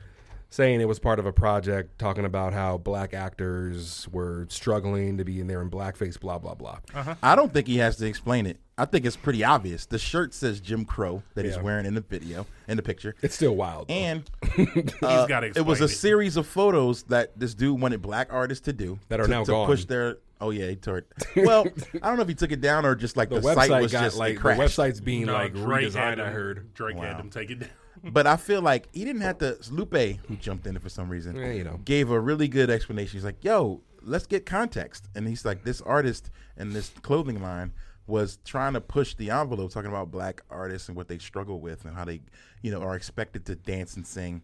saying it was part of a project, talking about how black actors were struggling to be in there in blackface, blah blah blah.
Uh-huh.
I don't think he has to explain it. I think it's pretty obvious. The shirt says Jim Crow that he's
Yeah.
wearing in the video in the picture.
It's still wild. though.
and uh,
gotta
it was
explain
a
it.
series of photos that this dude wanted black artists to do
That are
to,
now
to
gone.
push their. Oh yeah, he tore it. Well, I don't know if he took it down or just like
the,
the, site
website
was
got
just
like
like
the website's being
no,
like
Drake had
redesigned.
them-
I heard.
Drake
Wow.
had them take it down.
But I feel like he didn't have to. Lupe, who jumped in it for some reason,
Yeah, you know.
gave a really good explanation. He's like, "Yo, let's get context." And he's like, "This artist and this clothing line was trying to push the envelope, talking about black artists and what they struggle with and how they, you know, are expected to dance and sing."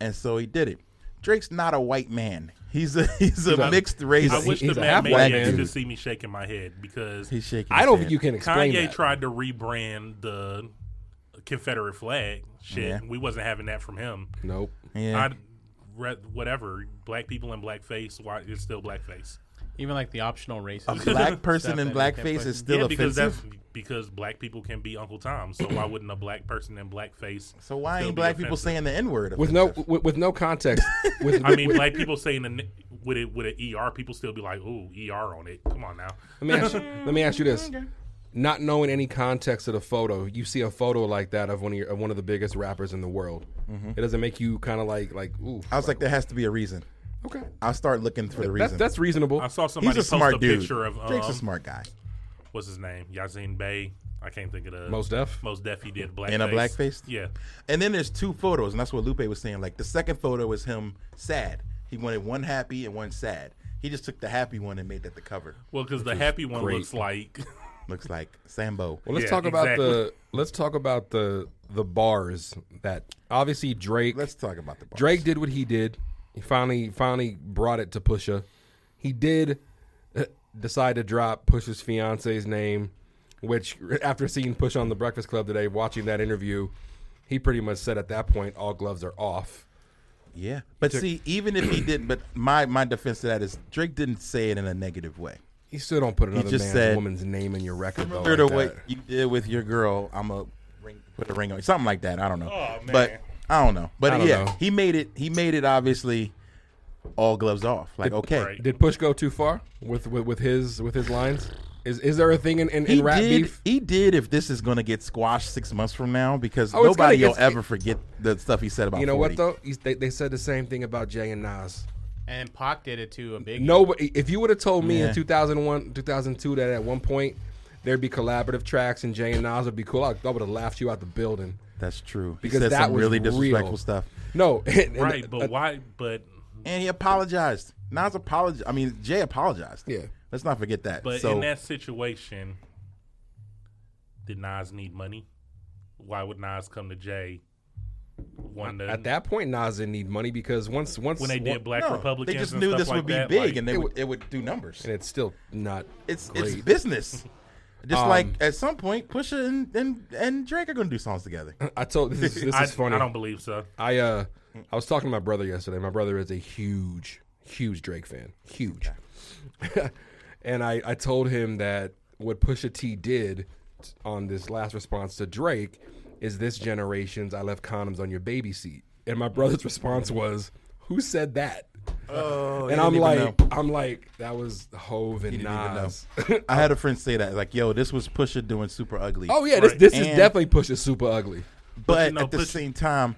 And so he did it. Drake's not a white man. He's a he's a mixed race.
I
He's-
wish
he's
the
a
man
half
made
black
it
dude.
to see me shaking my head because
he's shaking.
I
his
don't
head.
think you can explain
Kanye
that.
tried to rebrand the Confederate flag. Shit,
Yeah.
we wasn't having that from him.
nope.
Yeah.
I'd read whatever black people in blackface. Why it's still blackface?
Even like the optional
a
races.
black person
Stuff that
in
they can't
blackface
put-
is still
yeah, because that's
offensive.
because black people can be Uncle Tom. So why wouldn't a black person in blackface?
So why
still
ain't
be
black people
offensive?
saying the n word?
With no with, with no context. With,
I mean, black people saying the, n- with it with an ER, people still be like, "Ooh, ER on it." Come on now.
Let me ask you,
Mm-hmm.
let me ask you this. Not knowing any context of the photo, you see a photo like that of one of, your, of one of the biggest rappers in the world.
Mm-hmm.
It doesn't make you kind of like like ooh.
I was like, there has to be a reason.
okay,
I'll start looking for
that's
the reason.
that's reasonable.
I saw somebody
He's
post
a smart
a
dude.
picture of um,
Drake's a smart guy
what's his name? Yazin Bey. I can't think of the
Mos Def?
Most Def he did blackface.
in a blackface.
Yeah.
And then there's two photos, and that's what Lupe was saying. Like the second photo is him sad. He wanted one happy and one sad. He just took the happy one and made that the cover.
Well, because the happy one
great.
looks like
Looks like Sambo.
well, let's
yeah,
talk about the
exactly.
let's talk about the the bars that obviously Drake
Let's talk about the bars.
Drake did what he did. He finally finally brought it to Pusha. He did uh, decide to drop Pusha's fiance's name, which after seeing Pusha on the Breakfast Club today, watching that interview, he pretty much said at that point all gloves are off.
Yeah, but see, even if he didn't, but my my defense to that is Drake didn't say it in a negative way.
He still don't put another
just
man's
said,
woman's name in your record though.
Similar to
like
what
that.
you did with your girl, I'm a ring, put a ring on something like that. I don't know,
Oh, man.
but I don't know. But
I don't
yeah,
know.
he made it. He made it obviously all gloves off. Like okay,
Right.
Did Push go too far with with, with his with his lines? Is is there a thing in, in,
he
in rap
did.
beef?
He did. If this is gonna get squashed six months from now, because
Oh, it's gonna
nobody will
get-
ever forget the stuff he said about.
You know
40.
what though? He's, they, they said the same thing about Jay and Nas.
And Pac did it to a big.
Nobody. If you would have told me
Yeah.
in 2001, 2002 that at one point there'd be collaborative tracks and Jay and Nas would be cool, I, I would have laughed you out the building.
That's true.
Because
he said
that
some
was
really
real.
disrespectful stuff,
No, and- and-
Right, but why? But
and he apologized. Nas apologized. I mean, Jay apologized.
Yeah.
let's not forget that.
but
so
in that situation, did Nas need money? Why would Nas come to Jay? One
at that point, Nas didn't need money because once once
when they did Black
no,
Republicans,
they just
and
knew
stuff
this
like
would be
that,
big,
like-
and they would, it would do numbers.
and it's still not.
It's it's
great.
business. Just
Um,
like at some point, Pusha and, and and Drake are gonna do songs together.
I told this is, this
I,
is funny.
I don't believe so.
I uh I was talking to my brother yesterday. My brother is a huge, huge Drake fan. Huge. and I, I told him that what Pusha T did t- on this last response to Drake is this generation's I left condoms on your baby seat. And my brother's response was, Who said that?
Oh,
and I'm like, I'm like, that was Hove and
didn't even
Nas.
I had a friend say that, like, "Yo, this was Pusha doing super ugly."
oh yeah, this
Right.
this is
And-
definitely Pusha super ugly.
but
you know,
at the
Pusha-
same time,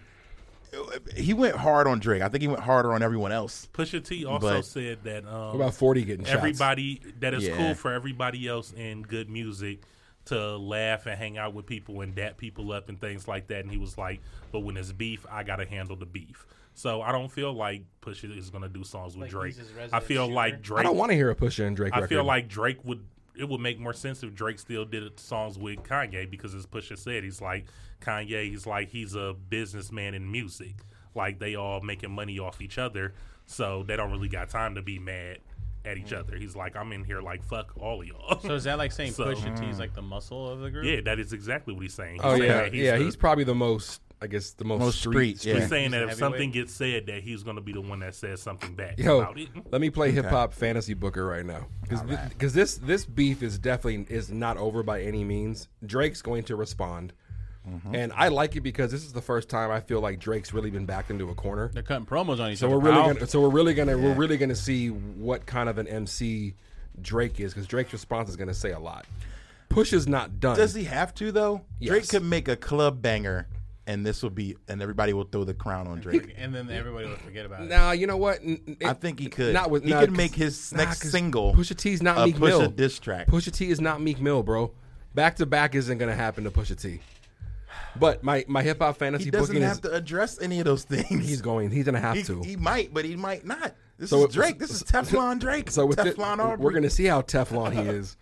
he went hard on Drake. I think he went harder on everyone else.
Pusha T also
But-
said that um,
About forty getting shots.
everybody that is
Yeah.
cool for everybody else in good music to laugh and hang out with people and dap people up and things like that. And he was like, "But when it's beef, I gotta handle the beef." So I don't feel like Pusha is gonna do songs with
Like,
Drake.
he's his resident
I feel like
I
Drake.
don't want to hear a Pusha and Drake
I
record.
feel like Drake would. It would make more sense if Drake still did songs with Kanye because, as Pusha said, he's like Kanye. He's like he's a businessman in music. Like they all making money off each other, so they don't really got time to be mad at each other. He's like, I'm in here like fuck all of y'all.
So is that like saying
So- hmm.
Pusha T is like the muscle of the group?
yeah, that is exactly what he's saying. He's
Oh
saying
yeah,
that
yeah.
the-
He's probably the most, I guess, the most,
Most
street.
street, yeah.
he's saying
He's
that
the
if something
heavyweight.
gets said, that he's gonna be the one that says something back
Yo,
about it.
let me play hip hop fantasy booker right now because this this beef is definitely is not over by any means. Drake's going to respond,
Mm-hmm.
and I like it because this is the first time I feel like Drake's really been backed into a corner.
They're cutting promos on each
So
other.
we're really
pal.
gonna, so we're really gonna we're really gonna see what kind of an MC Drake is because Drake's response is gonna say a lot. Push is not done.
Does he have to though? Drake
Yes.
could make a club banger, and this will be, and everybody will throw the crown on Drake.
and then everybody will forget about it.
Nah, you know what? N- n-
I
it-
think he could.
Not with,
he
nah,
could
'cause-
make his
nah,
next
'cause
single.
Pusha T's not
a
Meek
Pusha
Mill.
diss track.
Pusha T is not Meek Mill, bro. Back to back isn't gonna happen to Pusha T. But my my hip hop fantasy
he
booking
doesn't
is
have to address any of those things.
he's going he's gonna have
He,
to.
he might, but he might not. This
So
is
it-
Drake. This is Teflon Drake.
so with it,
Teflon Aubrey.
we're gonna see how Teflon he is.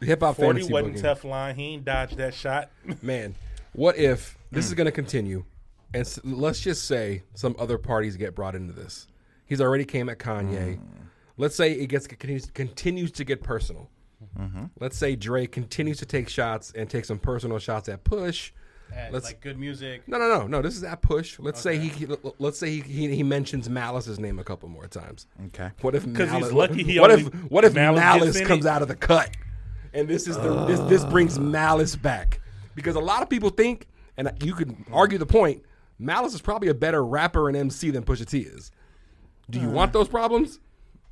Hip hop
Forty
fantasy
wasn't
booking.
Teflon. He ain't dodged that shot.
Man, what if this is gonna continue? And s- let's just say some other parties get brought into this. He's already came at Kanye. Let's say it gets continues, continues to get personal. Let's say Drake continues to take shots and take some personal shots at Push.
At,
Let's-
like good music.
No, no, no, no. This is at push. Let's say he, he- let's say he, he he mentions Malice's name a couple more times.
Okay.
What if Malice?
he's lucky he
what
only-
if what if
Malice
Malice,
gets in it?
comes out of the cut? And this is the this this
Ah.
brings Malice back because a lot of people think, and you could argue the point. Malice is probably a better rapper and MC than Pusha T is. Do you want those problems?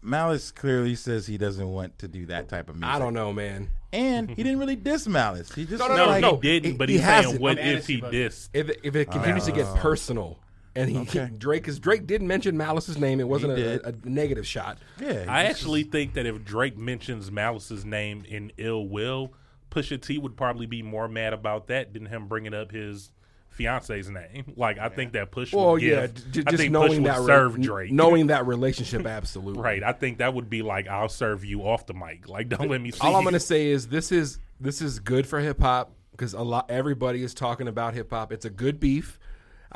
Malice clearly says he doesn't want to do that type of music.
I don't know, man.
And he didn't really diss Malice. He just
no,
No,
like,
he didn't. but he's
has
saying,
it.
what
I'm
if he
Anansi, but-
dissed?
If it, if it continues to get personal, and he
Ah. Okay.
Drake is Drake did mention Malice's name. It wasn't a,
did.
a negative shot.
Yeah.
I actually think that if Drake mentions Malice's name in Ill Will, Pusha T would probably be more mad about that than him bringing up his fiance's name. Like, I think that Push
Well,
would give,
yeah, j-
I
just
think Push
knowing
would
that re-
serve
kn-
Drake.
knowing that relationship, absolutely.
right. I think that would be like, I'll serve you off the mic. Like, don't let me see
All I'm
you.
gonna say is this is this is good for hip hop because a lot everybody is talking about hip hop. It's a good beef.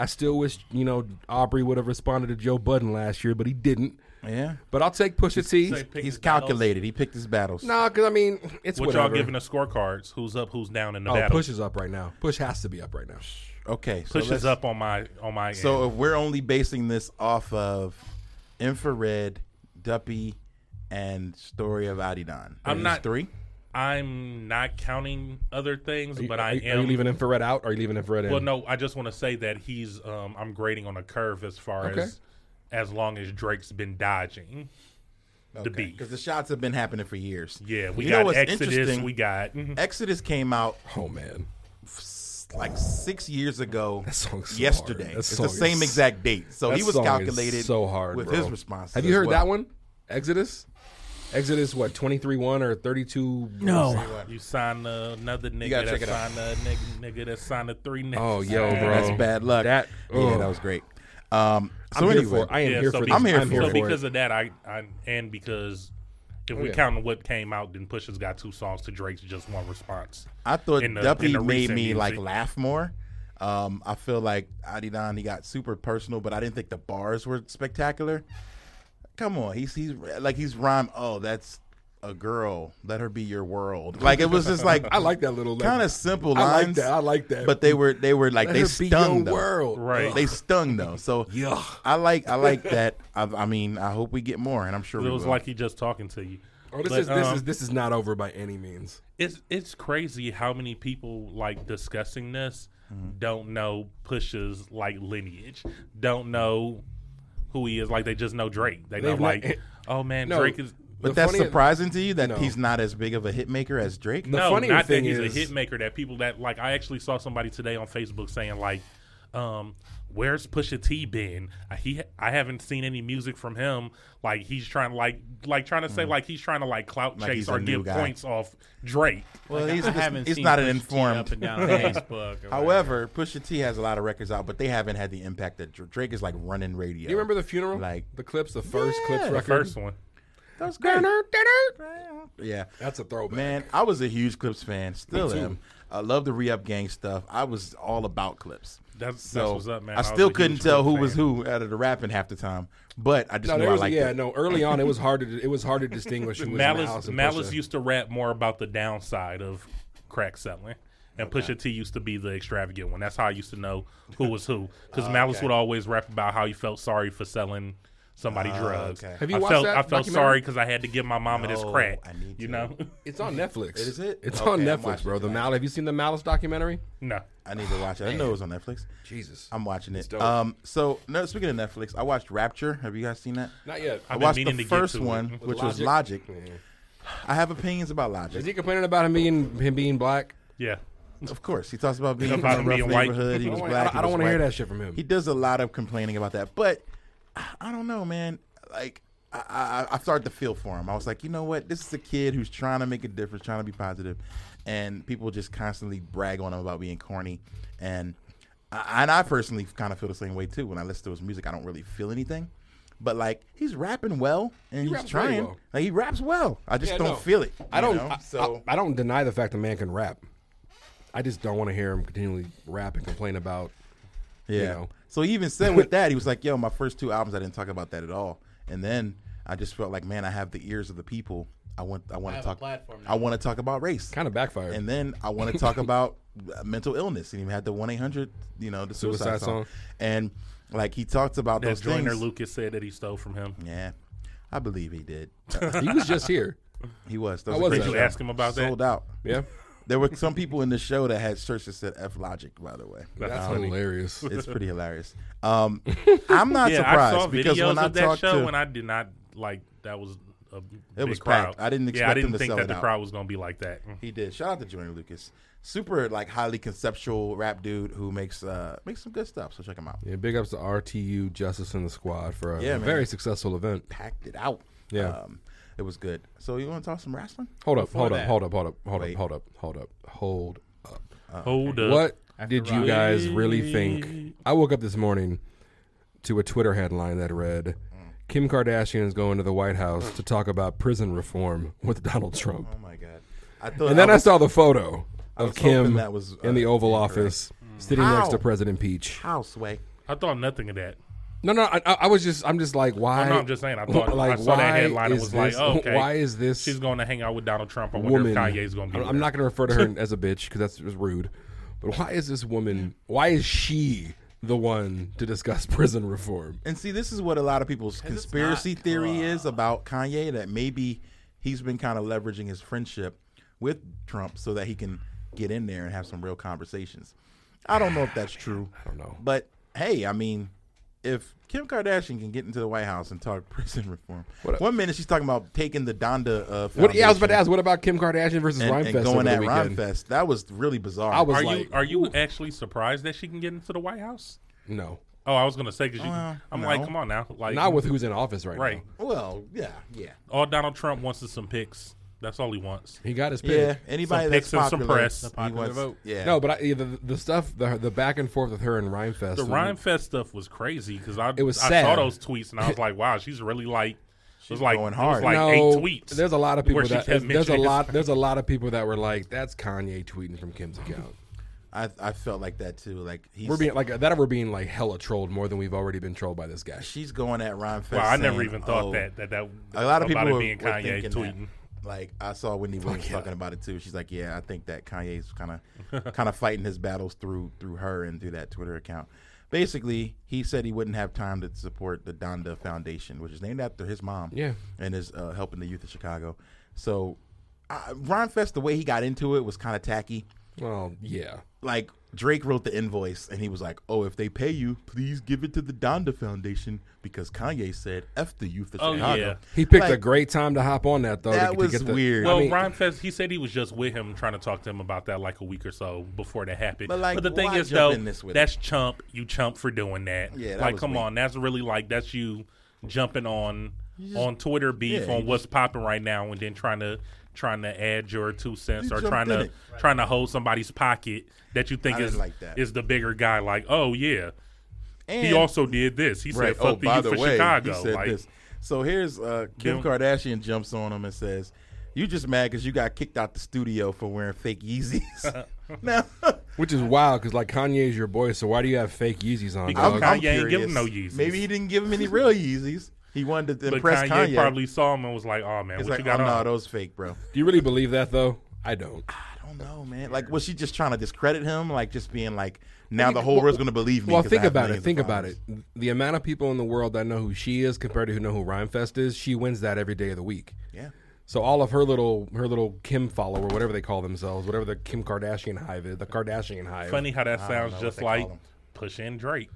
I still wish you know Aubrey would have responded to Joe Budden last year, but he didn't.
Yeah.
But I'll take Pusha T.
Say- picked
He's
his battles.
calculated. He picked his battles.
Nah, because I mean it's
What
whatever.
y'all giving the scorecards? Who's up, who's down in the
oh,
battle?
Push is up right now. Push has to be up right now.
Okay, so
pushes
let's-
up on my on my
So
end.
if we're only basing this off of infrared, Duppy, and story of Adidon,
I'm
these
not-
three.
I'm not counting other things,
Are you,
but
are,
I
you-
am
are you leaving infrared out? Or are you leaving infrared in?
Well, no, I just want to say that he's um, I'm grading on a curve as far
Okay.
as as long as Drake's been dodging the beat.
because the shots have been happening for years.
Yeah, we
You know
got
what's
Exodus.
interesting? Mm-hmm.
We got
Exodus came out
Oh man,
like six years ago.
that song's so
yesterday.
Hard. That
It's
song
the
is-
same exact date. So
that
he was
song is
calculated
so hard
with
bro.
his response.
Have you heard that one? Exodus. Exodus, what twenty three one or thirty two?
No.
you sign another nigga
gotta
that
check it out.
signed a nigga, nigga that signed a three niggas.
Oh, yo,
Yeah.
bro.
That's bad luck.
That-
yeah,
ugh.
that was great. Um,
I'm
so
here
anyway,
for. I am
Yeah,
here
so
for.
be-
This.
I'm here for
So
it.
because of that, I, I and because if we
yeah.
count what came out, then Pusha's got two songs to Drake's just one response.
I thought
in the-
Duppy
in the
made
recent
me
music.
like laugh more. Um, I feel like Adidon he got super personal, but I didn't think the bars were spectacular. Come on, he's he's like he's rhyme. Oh, that's a girl. Let her be your world. Like it was just like
I like that little
kind of simple
I like
lines.
that. I like that.
But they were they were like
Let
they
her be your
stung though.
world.
Right.
They stung though. So
Yeah.
I like I like that. I, I mean, I hope we get more, and I'm sure
It
we
was
will.
like he just talking to you.
Oh, this
But,
is this
um,
is this is not over by any means.
it's it's crazy how many people like discussing this
Mm-hmm.
don't know Pusha's like lineage, don't know who he is. Like they just know Drake. They know
They've not-
like, oh man,
No.
Drake is
but
the
that's
funniest-
surprising to you that
No.
he's not as big of a hit maker as Drake.
The
no,
funnier
not
thing
that he's
is-
a hit maker. That people that like, I actually saw somebody today on Facebook saying like, um, "Where's Pusha T been? I- He, I haven't seen any music from him. Like he's trying to like, like trying to say
Mm.
like he's trying to like clout
Like he's
chase
a
or
new
give
guy.
points off Drake.
Well, he's,
I
he's-
haven't
he's
seen
not an
Pusha T
informed.
up and down
thing.
Facebook. or whatever.
However, Pusha T has a lot of records out, but they haven't had the impact that Dr- Drake is like running radio.
You remember the funeral?
Like-
the clips, the first
Yeah.
clips
The
The
record.
first one.
that was great. Yeah,
That's a throwback.
man, I was a huge Clips fan. Still
Me too.
am. I love the re-up gang stuff. I was all about Clips.
That's, that's
So
what's up, man.
I
was a
still
huge
couldn't tell who
Drake
was
fan.
who out of the rapping half the time, but I just
No,
knew
there
I
was
liked
yeah.
it.
No, early on it was hard to it was hard to distinguish who was Malice.
Malice
and
Malice
Pusha.
used to rap more about the downside of crack selling. And Pusha T used to be the extravagant one. That's how I used to know who was who. Because
Ah,
Malice would always rap about how he felt sorry for selling somebody drugs.
Ah, okay.
Have you
I
watched
felt,
that
I felt
documentary?
sorry because I had to give my mama this
No,
crack.
I need
you
to.
know,
It's on Netflix.
Is it?
It's
Okay,
on
I'm
Netflix,
watching
bro.
it
The
tonight.
Mal. Have you seen the Malice documentary?
no.
I need to watch it. I know it was on Netflix.
Jesus,
I'm watching it.
dope.
Um, so no, speaking of Netflix, I watched Rapture. Have you guys seen that?
not yet.
I
I've been
watched
meaning
the
to get
first
to it.
one,
With
which was Logic. I have opinions about Logic.
Is he complaining about him being him being black?
Yeah.
Of course, he talks about being
About
in
him
a rough
being white.
neighborhood. He
I
was
don't-
black.
I don't
want
wanna
to
hear that shit from him.
He does a lot of complaining about that, but I- I don't know, man. Like I, I, I started to feel for him. I was like, you know what? This is a kid who's trying to make a difference, trying to be positive, and people just constantly brag on him about being corny. And I, and I personally kind of feel the same way too. When I listen to his music, I don't really feel anything. But like he's rapping well and he's
raps very
trying.
well.
Like he raps well. I just
Yeah,
don't
no.
feel it.
I
you
don't.
know?
I, I, I don't deny the fact the man can rap. I just don't want to hear him continually rap and complain about.
Yeah.
know?
So he even said with that, he was like, "Yo, my first two albums, I didn't talk about that at all." And then I just felt like, man, I have the ears of the people. I want, I want
I have
to
a
talk.
platform now.
I want to talk about race,
Kind of backfired.
and then I want to talk about uh, mental illness. And he had the one eight hundred, you know, the suicide,
Suicide
song.
song.
and like he talked about
That
those
Joyner
things.
Lucas said that he stole from him.
Yeah, I believe he did. Uh,
he was just here.
he was. That
I
was a
was
great
at- Did you
show.
ask him about that?
Sold out.
Yeah,
There were some people in the show that had shirts that said F Logic. By the way,
that's hilarious.
it's pretty hilarious. Um, I'm not
yeah,
surprised
I saw
because
videos
when I
of that
talked
show
to
and I did not like that was a big
was
crowd.
packed. I didn't
yeah, I
expect
didn't
them to
think
sell
that
it
the
out.
crowd was gonna be like that.
He did. Shout out to Joyner Lucas. Super like highly conceptual rap dude who makes uh makes some good stuff. So check him out.
Yeah, big ups to RTU Justice and the Squad for a
Yeah, man.
very successful event.
Packed it out.
Yeah.
Um, it was good. So you want to talk some wrestling?
Hold up, hold up,
that-
hold up, hold up, hold up,
Wait.
hold up, hold up, hold up.
Uh,
Hold up.
What
After
did you
Rock.
guys really think? I woke up this morning to a Twitter headline that read Kim Kardashian is going to the White House to talk about prison reform with Donald Trump.
Oh my god. I thought.
And then I
was-
saw the photo of
was hoping
Kim
that was,
in the
uh,
Oval
incorrect.
Office sitting next to
How?
President Peach.
how sway.
I thought nothing of that.
No, no, I, I I was just, I'm just like, why?
no, I'm just saying, I thought- I saw that headline and
is
was like,
this-
oh, okay.
Why is this?
She's going to hang out with Donald Trump. I wonder
woman.
if Kanye's going to be.
I'm
there.
not going to refer to her as a bitch because that's just rude. But why is this woman? Why is she the one to discuss prison reform?
And see, this is what a lot of people's conspiracy
not
theory is about Kanye that maybe he's been kind of leveraging his friendship with Trump so that he can get in there and have some real conversations. I don't know if that's true. I
don't know.
But hey, I mean, if Kim Kardashian can get into the White House and talk prison reform,
What-
one minute she's talking about taking the Donda. Uh,
What, yeah, I was about
Foundation
to ask. What about Kim Kardashian versus
And,
Rhymefest
and
over
going at
the weekend?
Rhymefest, that was really bizarre.
I was
Are
like,
you are you actually surprised that she can get into the White House?
no,
Oh, I was gonna say because
Well,
I'm like,
no.
come on now, like
not with who's in office right,
right.
now.
well, yeah, yeah,
All Donald Trump wants is some picks. That's all he wants.
He got his pick.
yeah. Anybody
Some
that's
pics and some
popular,
press. The
he
popular
wants-
vote.
Yeah,
No, but I, yeah, the the stuff the the back and forth with her and Rhymefest.
The
was-
Ryan Fest stuff was crazy because I
It was
I saw
sad.
those tweets and I was like, wow, she's really like she's was like
going
it
hard.
Was like
no,
eight tweets.
There's a lot of
where
people
she
that
kept
there's, there's a
mentioning his-
lot there's a lot of people that were like, that's Kanye tweeting from Kim's account.
I, I felt like that too. Like he's
We're being like that. We're being like hella trolled more than we've already been trolled by this guy.
she's going at Ron Fest.
Wow, I never
saying,
even thought
oh,
that that that
A lot of
about
people
it
were,
being
were
Kanye
thinking
tweeting.
That. Like I saw Wendy Williams
yeah.
talking about it too. She's like, "Yeah, I think that Kanye's kind of kind of fighting his battles through through her and through that Twitter account." Basically, he said he wouldn't have time to support the Donda Foundation, which is named after his mom.
Yeah.
and is uh, helping the youth of Chicago. So, uh, Ron Fest, the way he got into it was kind of tacky.
Well, yeah.
like Drake wrote the invoice and he was like, "Oh, if they pay you, please give it to the Donda Foundation because Kanye said F the youth of
Oh,
Chicago."
yeah.
He picked a
Like,
great time to hop on that though.
That
to,
was
to get the,
weird.
Well,
I mean,
Ryan Fest, he said he was just with him trying to talk to him about that like a week or so before that happened.
But, like,
the thing
why
is,
jump
though,
in this with
that's chump. You chump for doing that.
Yeah, that
like,
was
come
weak.
on, that's really like that's you jumping on on Twitter beef
yeah,
on
you
what's popping right now, and then trying to trying to add your two cents
You
or
jumped
trying
in
to
it.
trying to hold somebody's pocket that you think
I
is
didn't like that.
is the bigger guy. Like, oh yeah,
and,
he also did this. He
right,
said, "Fuck
oh,
the
by
youth
the
for
way,
Chicago."
he said
like,
this. So here's uh, Kim
Them-
Kardashian jumps on him and says, "You just mad because you got kicked out the studio for wearing fake Yeezys." now,
which is wild because like Kanye's your boy, so why do you have fake Yeezys on?
Because
dog?
Kanye ain't give him no Yeezys.
Maybe he didn't give him any real Yeezys. He wanted to
but
impress
Kanye,
Kanye.
probably saw him and was like, "Oh man,
He's
what
like,
you got
"Oh,
on?"
no, those fake, bro."
do you really believe that though? I don't.
I don't know, man. Like, was she just trying to discredit him? Like, just being like, now the whole world's going to believe me.
Well,
'cause I
think
have
about it.
millions of
Think about
followers.
it. The amount of people in the world that know who she is compared to who know who Rhymefest is, she wins that every day of the week.
Yeah.
So all of her little her little Kim follower, whatever they call themselves, whatever the Kim Kardashian hive is, the Kardashian hive.
Funny how that
don't
sounds
know what
just
they call
like
them.
push in Drake.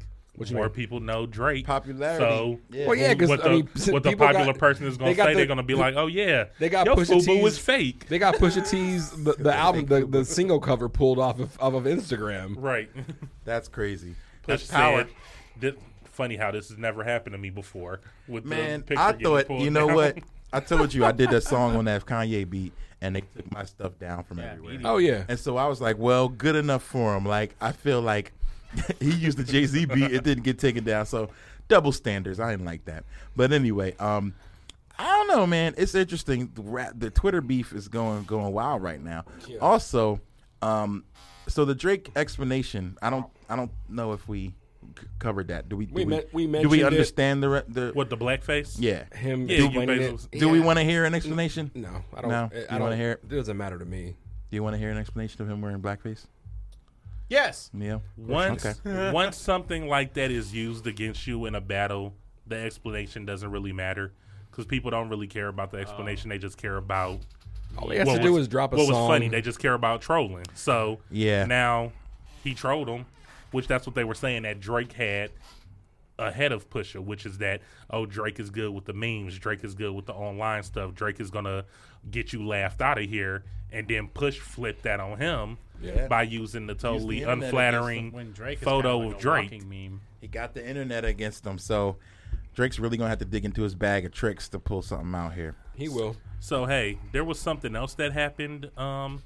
More people know Drake.
Popularity.
So
Yeah.
Well, yeah, because
what the,
I mean,
what the
people got-
popular person is going
they
to
got
say,
the-
they're going to be like, oh, yeah,
They got
your
Pusha
FUBU
T's-
is fake.
They got Pusha T's the, the album the, the single cover pulled off of, off of Instagram.
right.
That's crazy.
Push
That's power.
said, "Thi- funny how this has never happened to me before. With
Man,
the picture
I
getting
thought,
pulled
you know
down.
what? I told you I did that song on that Kanye beat, and they took my stuff down from everywhere.
Oh yeah,
And so I was like, well, good enough for him. Like, I feel like he used the Jay Z beat, it didn't get taken down. So double standards. I didn't like that. But anyway, um, I don't know, man. It's interesting. The, ra- the Twitter beef is going going wild right now. Also, um, so the Drake explanation. I don't I don't know if we c- covered that. Do we? Do
We
we,
men- we
do we
mentioned it.
understand the re- the?
What, the blackface?
yeah.
him
Yeah, you
explaining
basically-
it.
Do we want to hear an explanation?
No, I don't.
No? You
I don't
wanna hear it?
It doesn't matter to me.
Do you want to hear an explanation of him wearing blackface?
Yes.
Neil.
Once,
Okay.
once something like that is used against you in a battle, the explanation doesn't really matter because people don't really care about the explanation.
Oh.
they just care about
All he has
what
to do
was-
is drop a
what
song.
was funny, they just care about trolling. So
Yeah.
now he trolled him, which that's what they were saying that Drake had ahead of Pusha, which is that oh Drake is good with the memes, Drake is good with the online stuff, Drake is gonna get you laughed out of here, and then Push flipped that on him
Yeah.
by using the totally
internet against
unflattering
When Drake is kind
photo
of like
of
a
Drake.
walking meme.
He got the internet against him, so Drake's really gonna have to dig into his bag of tricks to pull something out here.
he will.
So hey, there was something else that happened um,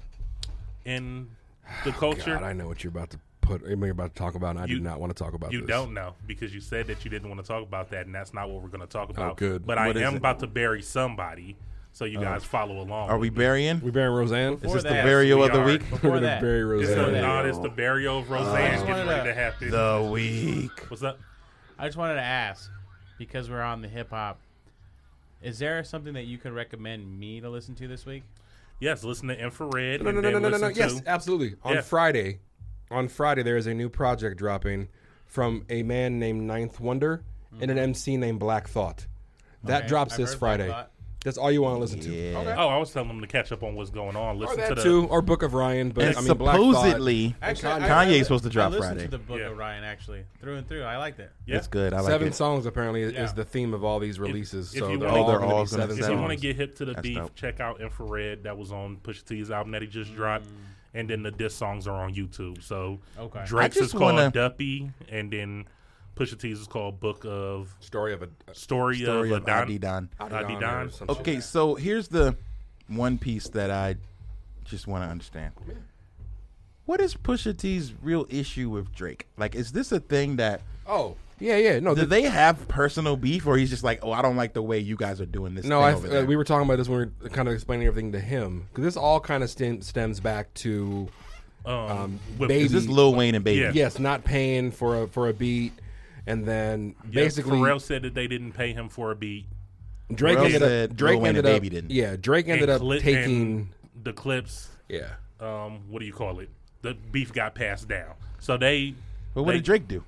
in the culture.
God, I know what you're about to put. You're about to talk about, and I
You-
do not want to talk about.
You
this.
don't know because you said that you didn't want to talk about that, and that's not what we're going to talk about.
good.
But
Oh, What
I
is
am
it? Oh.
about to bury somebody, so you guys follow along.
Are we burying?
We burying Roseanne.
Is this the
that,
burial
we
of the
are.
week?
We're
Before
gonna
that,
bury
It's
Roseanne.
the, no, it's the burial of Roseanne
Uh,
getting ready to happen.
The week.
What's up?
I just wanted to ask because we're on the hip hop. Is there something that you could recommend me to listen to this week?
Yes, listen to Infrared.
No, no,
and
no,
then
no, no, no, no.
listen
Yes,
to-
absolutely. On
Yeah.
Friday, on Friday there is a new project dropping from a man named Ninth Wonder and
Mm-hmm.
an MC named Black Thought. That
Okay,
drops
I've
this
heard Black
Friday.
Thought.
That's all you want to listen to.
Yeah.
Oh, I was telling them to catch up on what's going
Or
on. Listen to
that
the
too, or Book of Ryan, but
And
I mean Black
supposedly,
Actually,
Kanye's
I- I-
supposed to drop
I listened
Friday.
to the Book
Yeah.
of Ryan actually through and through. I like that.
Yeah.
it's good. I
Thought.
like
seven
it.
songs apparently is- is
Yeah.
the theme of all these releases.
if
so
you
they're
wanna-
all,
They're
gonna
all
be
gonna
seven
be
If you
songs.
want to
songs.
get hip to the
That's
beef,
dope.
check out Infrared. That was on Pusha T's album that he just dropped. And then the diss songs are on YouTube. So
Okay.
Drake's
I
is
just
called
wanna-
Duppy, and then Pusha T's is called Book of
Story of a
Story,
Story
of,
of Adi
Adon-
Don.
Adidon.
Adidon or some shit.
Okay, so here's the one piece that I just want to understand. What is Pusha T's real issue with Drake? Like, is this a thing that
Oh yeah, yeah. No,
do
th-
they have personal beef, or he's just like, oh, I don't like the way you guys are doing this?
no.
thing
I
over
uh,
there."
we were talking about this when we were kind of explaining everything to him because this all kind of stem, stems back to
Um, with-
Baby.
Is this Lil Wayne and Baby?
Yeah.
yes, not paying for a for a beat, and then
yeah,
basically
Pharrell said that they didn't pay him for a beat.
Drake
Pharrell
ended up.
said
Drake
Lil Wayne
ended
and
up.
Baby didn't.
Yeah, Drake ended up
And cli-
taking.
and the clips.
Yeah,
Um, what do you call it? The beef got passed down. So they.
But what
they-
did Drake do?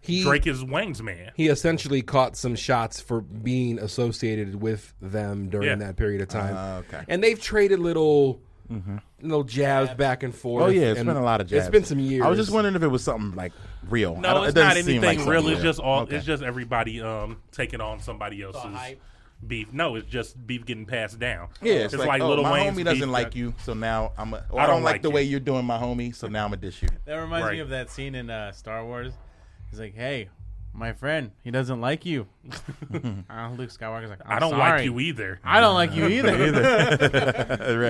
he
Drake is Wayne's man.
he essentially caught some shots for being associated with them during
Yeah.
that period of time.
Ah, okay.
and they've traded little. Little Mm-hmm. jabs back and forth.
Oh yeah, it's
and
been a lot of jabs.
It's been some years.
I was just wondering if it was something like real. I
No,
don't-
it's
it doesn't
not
seem
anything
like
real.
something
It's just all.
Okay.
It's just everybody um taking on somebody else's
hype.
beef. No, it's just beef getting passed down.
Yeah, it's, like, oh,
Lil
my
Wayne's
homie doesn't
beef
like
got-
you, so now I'm. A, or
I
I
don't
don't like,
like
the
you.
way you're doing my homie, so now I'm gonna dish you.
That reminds
Right.
me of that scene in uh, Star Wars. He's like, "Hey, my friend, he doesn't like you." uh, Luke Skywalker's like, I'm
I don't
sorry.
like you either.
I don't like you either."
right.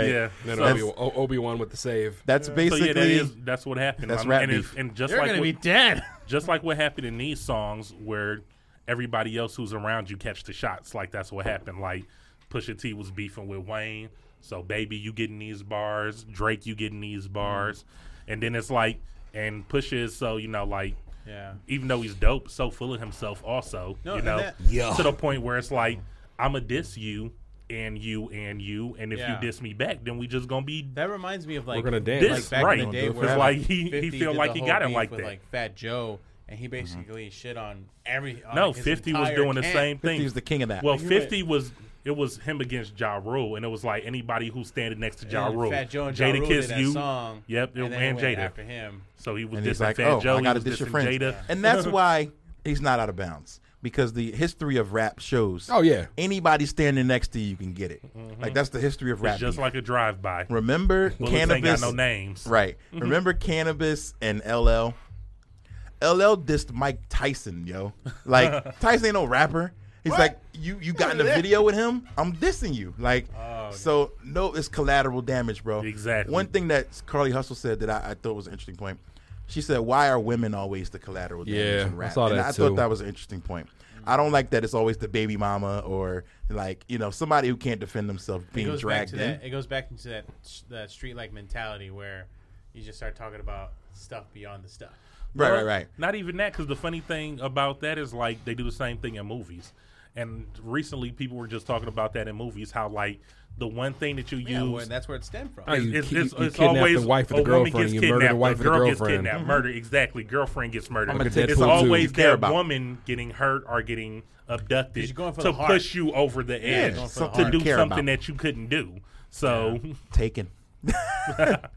yeah.
And
so-
Obi- O- Obi-Wan with the save.
That's
so
basically
yeah, that is that's what happened.
that's
Um,
rap
and, it's-
beef.
and just
You're
like
gonna
what,
be dead.
just like what happened in these songs, where everybody else who's around you catch the shots. Like that's what happened. Like Pusha T was beefing with Wayne, so baby, you getting these bars. Drake, you getting these bars,
Mm-hmm.
and then it's like, and Pusha is so you know like
Yeah.
even though he's dope, so full of himself also.
No,
you
and
know,
that-
to the point where it's like I'm a diss you and you and you, and if
Yeah.
you diss me back, then we just gonna be
That reminds me of like
We're gonna dance.
diss,
like back
right?
in the day,
it's
where
like he he
50
feel
did
like
the
he
whole
got it
beef
like
with,
that. Mm-hmm.
Like Fat Joe, and he basically shit on every. on,
no,
like, his
Fifty was
entire
doing the
camp.
same thing.
he was the king of that.
Well,
You're right.
Fifty was. It was him against Ja Rule, and it was like anybody who's standing next to Ja
And
Rule.
Fat Joe and ja Rule did that song.
Yep,
and,
and,
then it went
Jada.
after him.
So he was
and
dissing
he's like,
Fat
oh,
Joe.
I gotta
he was
dish your
dissing
friends,
Jada.
and that's why he's not out of bounds because the history of rap shows.
Oh, yeah.
anybody standing next to you can get it. Like that's the history of rap.
Mm-hmm. It's just
beef.
like a drive-by.
Remember
Bullets ain't got
cannabis?
no names.
Right.
Mm-hmm.
Remember cannabis and LL? LL dissed Mike Tyson, yo. Like Tyson ain't no rapper. He's like, you you got in a video with him? I'm dissing you. Like,
Oh,
so no, it's collateral damage, bro.
Exactly.
One thing that Carly Hustle said that I, I thought was an interesting point. She said, "Why are women always the collateral damage
Yeah,
in
I
rap?"
saw
and
that
I
too.
thought that was an interesting point. I don't like that it's always the baby mama or like you know somebody who can't defend themselves
It
being
goes back
dragged
to
in.
that. It goes back into that that street like mentality where you just start talking about stuff beyond the stuff.
Right,
Well,
right, right.
Not even that, because the funny thing about that is like they do the same thing in movies. And recently, people were just talking about that in movies, how like the one thing that you
Yeah, well,
use.
and that's where it stemmed from.
Oh, you
it's,
ki-
it's,
you
it's
kidnap
always
the wife of the
a woman
girlfriend,
gets
you murder the
kidnapped,
wife of the
girl
girlfriend.
Gets kidnapped, Murder, exactly. Girlfriend gets murdered.
I'm a Deadpool
it's
too.
always
You care
that
about.
woman getting hurt or getting abducted
You're going for
to
the heart.
push you over the edge
going for the
to
heart.
do
Care
something
about.
that you couldn't do. So
Taken.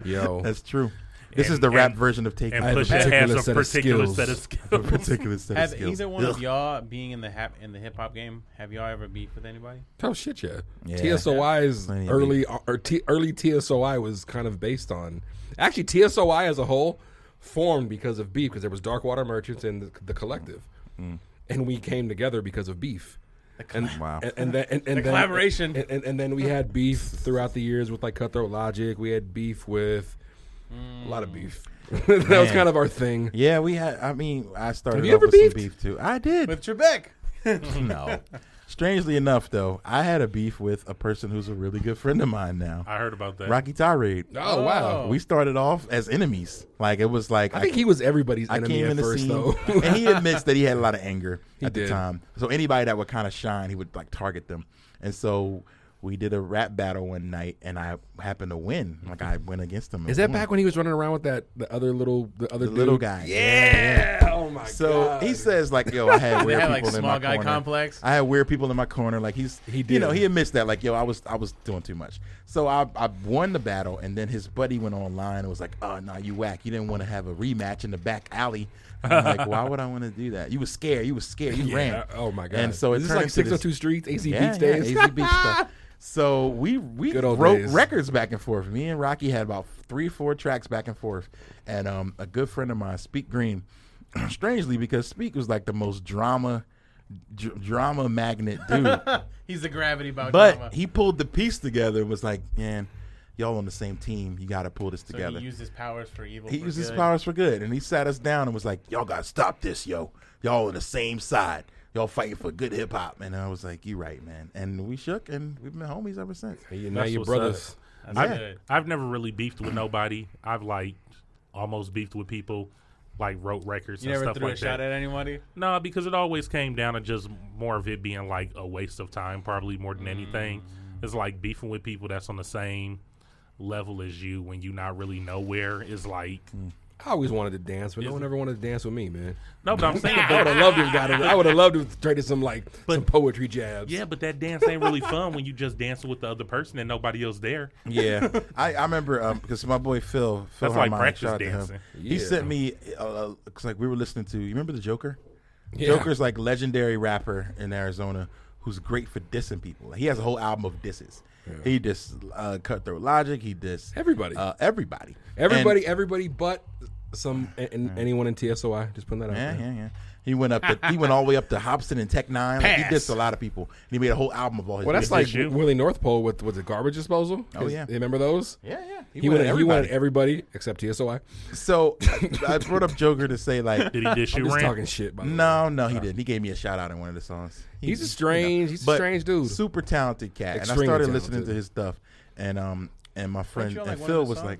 Yo,
That's true. This
And-
is the rap
and-
version of Taken.
and
have a
push it has a
particular set of
particular set of
a
skills.
particular set
Have
of skills.
either one of
Ugh.
y'all being in the hap- in the hip hop game? Have y'all ever beef with anybody?
oh shit, yeah.
Yeah.
TSOI's
Plenty of
early or t- early TSOI was kind of based on actually TSOI as a whole formed because of beef because there was Darkwater Merchants and the, the Collective,
Mm.
and we came together because of beef. And,
Wow.
and, and then and, and
The
then-
collaboration.
and, and, and then we had beef throughout the years with like Cutthroat Logic. We had beef with a lot of beef. that was
Man.
kind of our thing.
Yeah, we had. I mean, I started
Have you
off
ever
with some
beefed?
beef too. I did.
With Trebek,
no. Strangely enough, though, I had a beef with a person who's a really good friend of mine now,
I heard about that.
Rocky Tirade.
Oh wow!
We started off as enemies. Like it was like
I think he was everybody's
I
enemy
came
at
in the
first,
scene,
though.
and he admits that he had a lot of anger at
did.
the time. So anybody that would kind of shine, he would like target them. And so we did a rap battle one night, and I happened to win. Like I went against him. and
Is that
won.
back when he was running around with that the other little the other
the little
dude?
guy?
Yeah. Oh my
So
god.
he says like, "Yo, I had weird
had,
people
like,
in my
small guy
corner.
complex?
I had weird people in my corner." Like he's
He
he you know
did.
he admits that like, "Yo, I was I was doing too much." So I I won the battle, and then his buddy went online and was like, "Oh no, you whack! You didn't want to have a rematch in the back alley." I'm like, "Why would I want to do that? You was scared. You was scared. You
Yeah.
ran."
Oh my god.
And so
is
it
this
turned
like
into
602
this-
streets, AC
yeah,
Beach
yeah,
days.
AZ Beach stuff. So we we
Good old
wrote
days.
records back and forth. Me and Rocky had about three, four tracks back and forth. And um, a good friend of mine, Speak Green, strangely because Speak was like the most drama dr- drama magnet dude.
He's the gravity about drama.
but he pulled the piece together and was like, "Man, y'all on the same team. You got to pull this
so
together."
he used his powers for evil.
He
for
used his
good.
powers for good, and he sat us down and was like, "Y'all gotta stop this, yo. Y'all on the same side. Y'all fighting for good hip hop." And I was like, "You right, man." And we shook, and we've been homies ever since.
And now
That's
your
what's up.
brothers.
That's
I've,
good.
I've never really beefed with nobody. I've like almost beefed with people, like wrote records
You
and
never
stuff
threw a
like
shot
that.
at anybody.
No, because it always came down to just more of it being like a waste of time, probably more than
Mm.
anything. It's like beefing with people that's on the same level as you when you not really nowhere is like
Mm.
I always wanted to dance, but no one ever wanted to dance with me, man.
no, but I'm saying
I would
but,
have loved to have got it. I would have loved to have traded some like some poetry jabs.
yeah, but that dance ain't really fun when you just dancing with the other person and nobody else there.
Yeah, I, I remember um, because my boy Phil, Phil
That's like
Harmonic,
practice
shout out to him.
dancing.
He
Yeah.
sent me because like we were listening to. You remember the Joker?
Yeah.
Joker's like legendary rapper in Arizona who's great for dissing people. He has a whole album of disses. He diss uh, Cutthroat Logic. He diss
Everybody.
Uh, everybody.
Everybody,
And-
everybody, but some and, and anyone in TSOI. Just putting that out.
Yeah,
there.
yeah, yeah. He went up. To, he went all the way up to Hobson and Tech Nine. Like, he
Pass.
dissed a lot of people. And he made a whole album of all his.
Well, that's
disses.
like
you.
Willie North Pole with with the garbage disposal.
Oh, yeah.
You remember those?
yeah, yeah.
He,
went
wanted
at
he wanted
everybody.
everybody except TSOI.
So I I brought up Joker to say like,
Did he dish
I'm
you
just
rant?
talking shit. By the way. Uh-huh.
no, no, he didn't. He gave me a shout out in one of the songs. He-
He's a
you know,
strange- he's a
but
strange dude.
Super talented cat.
Extremely
and I started listening
talented.
to his stuff, and um, and my friend
you on,
and
like, one of
Phil
his
was
songs?
like,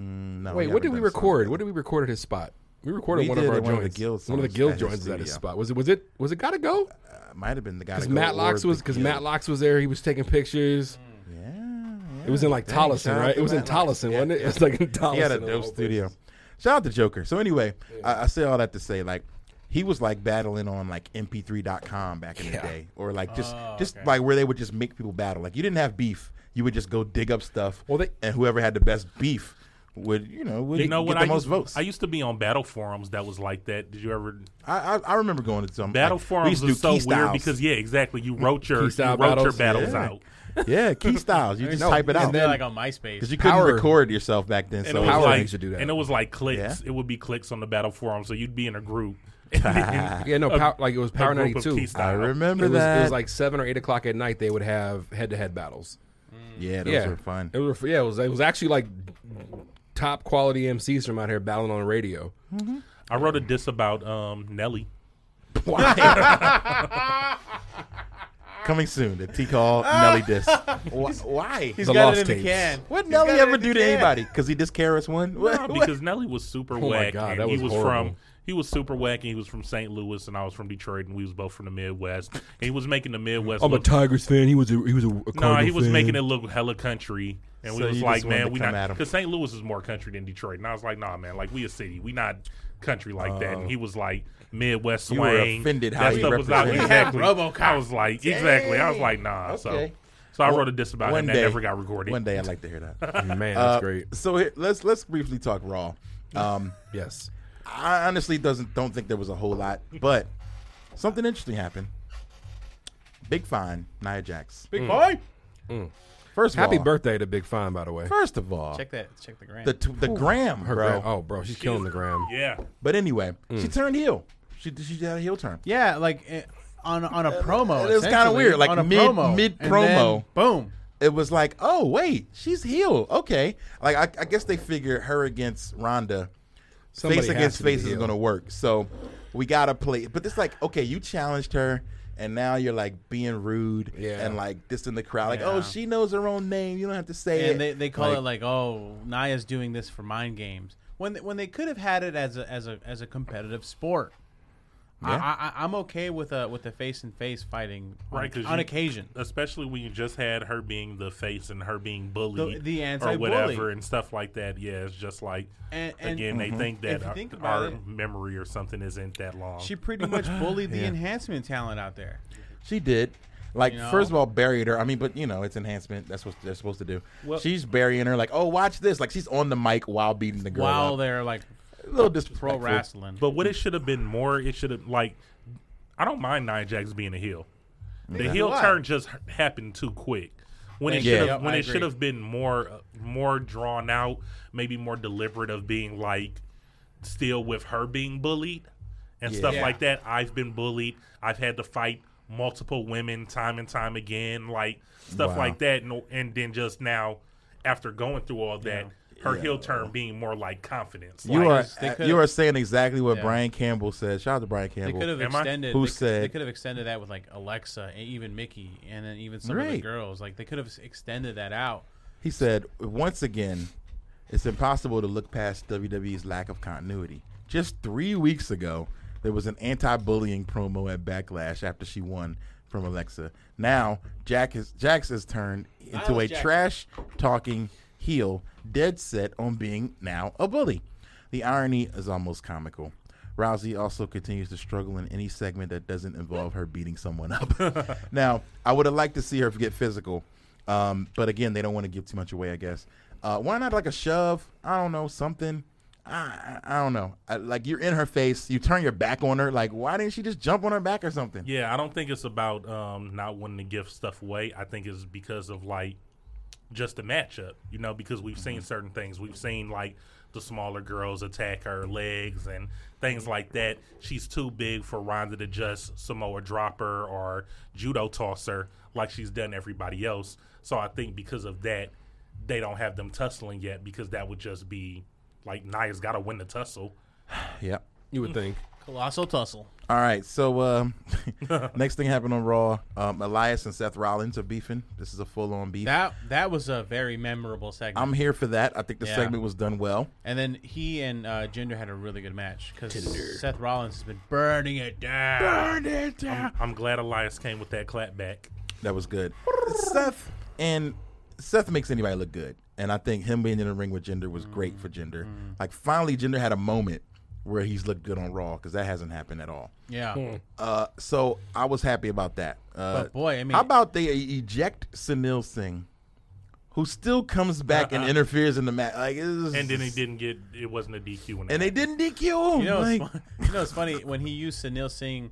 mm, no.
Wait, what did we record? What did we record at his spot? We recorded
We
one of
did
our
at one of
joints.
the Guild
one of the
songs
guild
at his
joints is at his
studio.
spot. Was it? Was it? Was it? Gotta go.
Uh, might have been the guy.
Because
to go
Matt Locks
or
was
the
because
Guild.
Matt Locks was there. He was taking pictures.
Yeah, yeah.
It was in like
Dang, shout
Tolleson,
out
right?
to
It was in
Matt Locks.
Tolleson,
Yeah,
wasn't it? It was like in Tolleson.
He had a
of all
dope
places.
studio. Shout out to Joker. So anyway, I, I say all that to say like he was like battling on like mp3.com back in
Yeah.
the day or like just
Oh,
just
okay.
like where they would just make people battle. Like you didn't have beef. You would just go dig up stuff
Well, they-
and whoever had the best beef would, you know, would
You know
get
what?
the
I
most
used,
votes.
I used to be on battle forums that was like that. Did you ever
I, I I remember going to some
battle
like, we
forums
used to
are
do
so
key
weird
styles. Mm-hmm.
because yeah, exactly. You wrote your
Key
you
style
wrote your
battles.
battles
Yeah.
out.
yeah, key styles. You just
No,
type it
and
out
They're
then-
like on MySpace.
because you couldn't
Power-
record yourself back then.
And
So
it
it
was
Power
was
like,
used to do that.
And it was like clicks.
Yeah.
It would be clicks on the battle forum. So you'd be in a group. And then
Yeah, no,
a-
power, like it was
a
Power
group of
ninety two.
key
It
I
style.
remember
was,
that.
it was like seven or eight o'clock at night. They would have head to head battles.
yeah, those
yeah,
were fun.
It was yeah, it was it was actually like top quality MCs from out here battling on the radio.
I wrote a diss about um, Nelly.
Coming soon, the T call Nelly diss. Why? why?
He's
The
got
lost
it in
tapes.
the can.
What
He's
Nelly
got it
ever
in the
do to
can.
anybody? Because he just Karis one?
No, because Nelly was super
Oh my
whack,
God,
and
that
he
was
was
horrible.
from he was super whack, and he was from St. Louis, and I was from Detroit, and we was both from the Midwest. And he was making the Midwest.
I'm a
look,
Tigers fan. He was a he was a, a
no,
Cardinal
he was
fan.
making it look hella country, and we
So
was
you
like,
just wanted to
man, we
come at
not
'em.
because St. Louis is more country than Detroit, and I was like, nah, man, like we a city, we not country like that. And he was like Midwest
Uh, You were
swing.
offended how
that
he
stuff was out.
represented.
Exactly.
Robocop.
I was like, exactly. I was like, nah.
Okay.
So, so I wrote a diss about it, and that never got recorded.
One day I'd like to hear that.
Man, that's
Uh,
great.
So here, let's let's briefly talk Raw. Um,
Yes.
I honestly doesn't don't think there was a whole lot, but something interesting happened. Big fine, Nia Jax.
Hmm.
Big boy.
First of
Happy
all,
birthday to Big Fine, by the way.
First of all,
Check that. Check the gram.
the t- the gram,
Her
bro.
gra- oh, bro, she's killing the gram.
yeah.
But anyway, she turned heel. She she had a heel turn.
yeah, like eh, on on a promo.
it was kinda
essentially,
weird, like
on a
mid-
promo,
mid
and
promo.
then Boom.
it was like, oh wait, she's heel. Okay, like I, I guess they figured her against Ronda,
Somebody
face
has
against
to be
face is
heel.
going to work. So we gotta play. But it's like, okay, you challenged her, and now you're like being rude
Yeah.
and like dissing the crowd. Like,
Yeah.
oh, she knows her own name. You don't have to say it.
and they, they call it like, oh, Naya's doing this for mind games. When they, when they could have had it as a as a as a competitive sport.
Yeah.
I, I, I'm okay with a with a face and face fighting on-
Right, 'cause
on
you-
occasion.
especially when you just had her being the face and her being
The-
bullied
the
or
anti-bully.
whatever and stuff like that. Yeah, it's just like
And- and-
again
Mm-hmm.
they think
If
that
you
our,
think about
our
it-
memory or something isn't that long.
She pretty much bullied the
Yeah.
enhancement talent out there.
She did. Like
You know?
first of all, buried her. I mean, but you know, it's enhancement. That's what they're supposed to do.
Well-
she's burying her. Like, oh, watch this. Like she's on the mic while beating the girl.
While
up.
they're like
a little disrespectful.
pro wrestling.
but what it should have been more, it should have like I don't mind Nia Jax being a heel. The heel
why.
turn just happened too quick. When it
Thank
you.
should
Yep,
have when
I
it should
agree.
have been more uh, more drawn out, maybe more deliberate of being like still with her being bullied and stuff
Yeah.
like that. I've been bullied. I've had to fight multiple women time and time again, like stuff
Wow.
like that. And, and then just now, after going through all that, her heel turn being more like confidence.
You
like,
are uh,
they could've-
you are saying exactly what
Yeah.
Brian Campbell said. Shout out to Brian
They could
Campbell.
have
Am I?
extended.
Who
they,
said-
they could have extended that with like Alexa and even Mickey and then even some of the
Right.
girls. Like they could have extended that out.
He said once again, it's impossible to look past WWE's lack of continuity. Just three weeks ago, there was an anti-bullying promo at Backlash after she won from Alexa. Now Jack is Jax has turned into
Niles
a
Jackson.
trash talking heel, dead set on being now a bully. The irony is almost comical. Rousey also continues to struggle in any segment that doesn't involve her beating someone up. now, I would have liked to see her get physical, um, but again, they don't want to give too much away, I guess. Uh, why not like a shove? I don't know, something. I, I I don't know. I, like you're in her face, you turn your back on her. Like, why didn't she just jump on her back or something?
Yeah, I don't think it's about um, not wanting to give stuff away. I think it's because of like just the matchup, you know, because we've seen certain things. We've seen like the smaller girls attack her legs and things like that. She's too big for Ronda to just Samoa drop her or judo toss her like she's done everybody else. So I think because of that, they don't have them tussling yet because that would just be like Nia's got to win the tussle.
Yep.
You would think.
Colossal tussle.
All right, so um, next thing happened on Raw. Um, Elias and Seth Rollins are beefing. This is a full-on beef.
That that was a very memorable segment.
I'm here for that. I think the
Yeah.
segment was done well.
and then he and uh, Jinder had a really good match because Seth Rollins has been burning it down.
I'm glad Elias came with that clap back.
Um, That was good. Seth and Seth makes anybody look good, and I think him being in the ring with Gender was great for Gender.
Mm.
Like finally, Gender had a moment where he's looked good on Raw because that hasn't happened at all.
Yeah,
Uh, so I was happy about that. Uh,
But boy, I mean-
how about they eject Sunil Singh, who still comes back
Uh-uh.
and interferes in the match? Like, it was-
And then he didn't get. It wasn't a DQ. When
and they didn't DQ him.
you know,
like,
it's fun, you know, it's funny when he used Sunil Singh,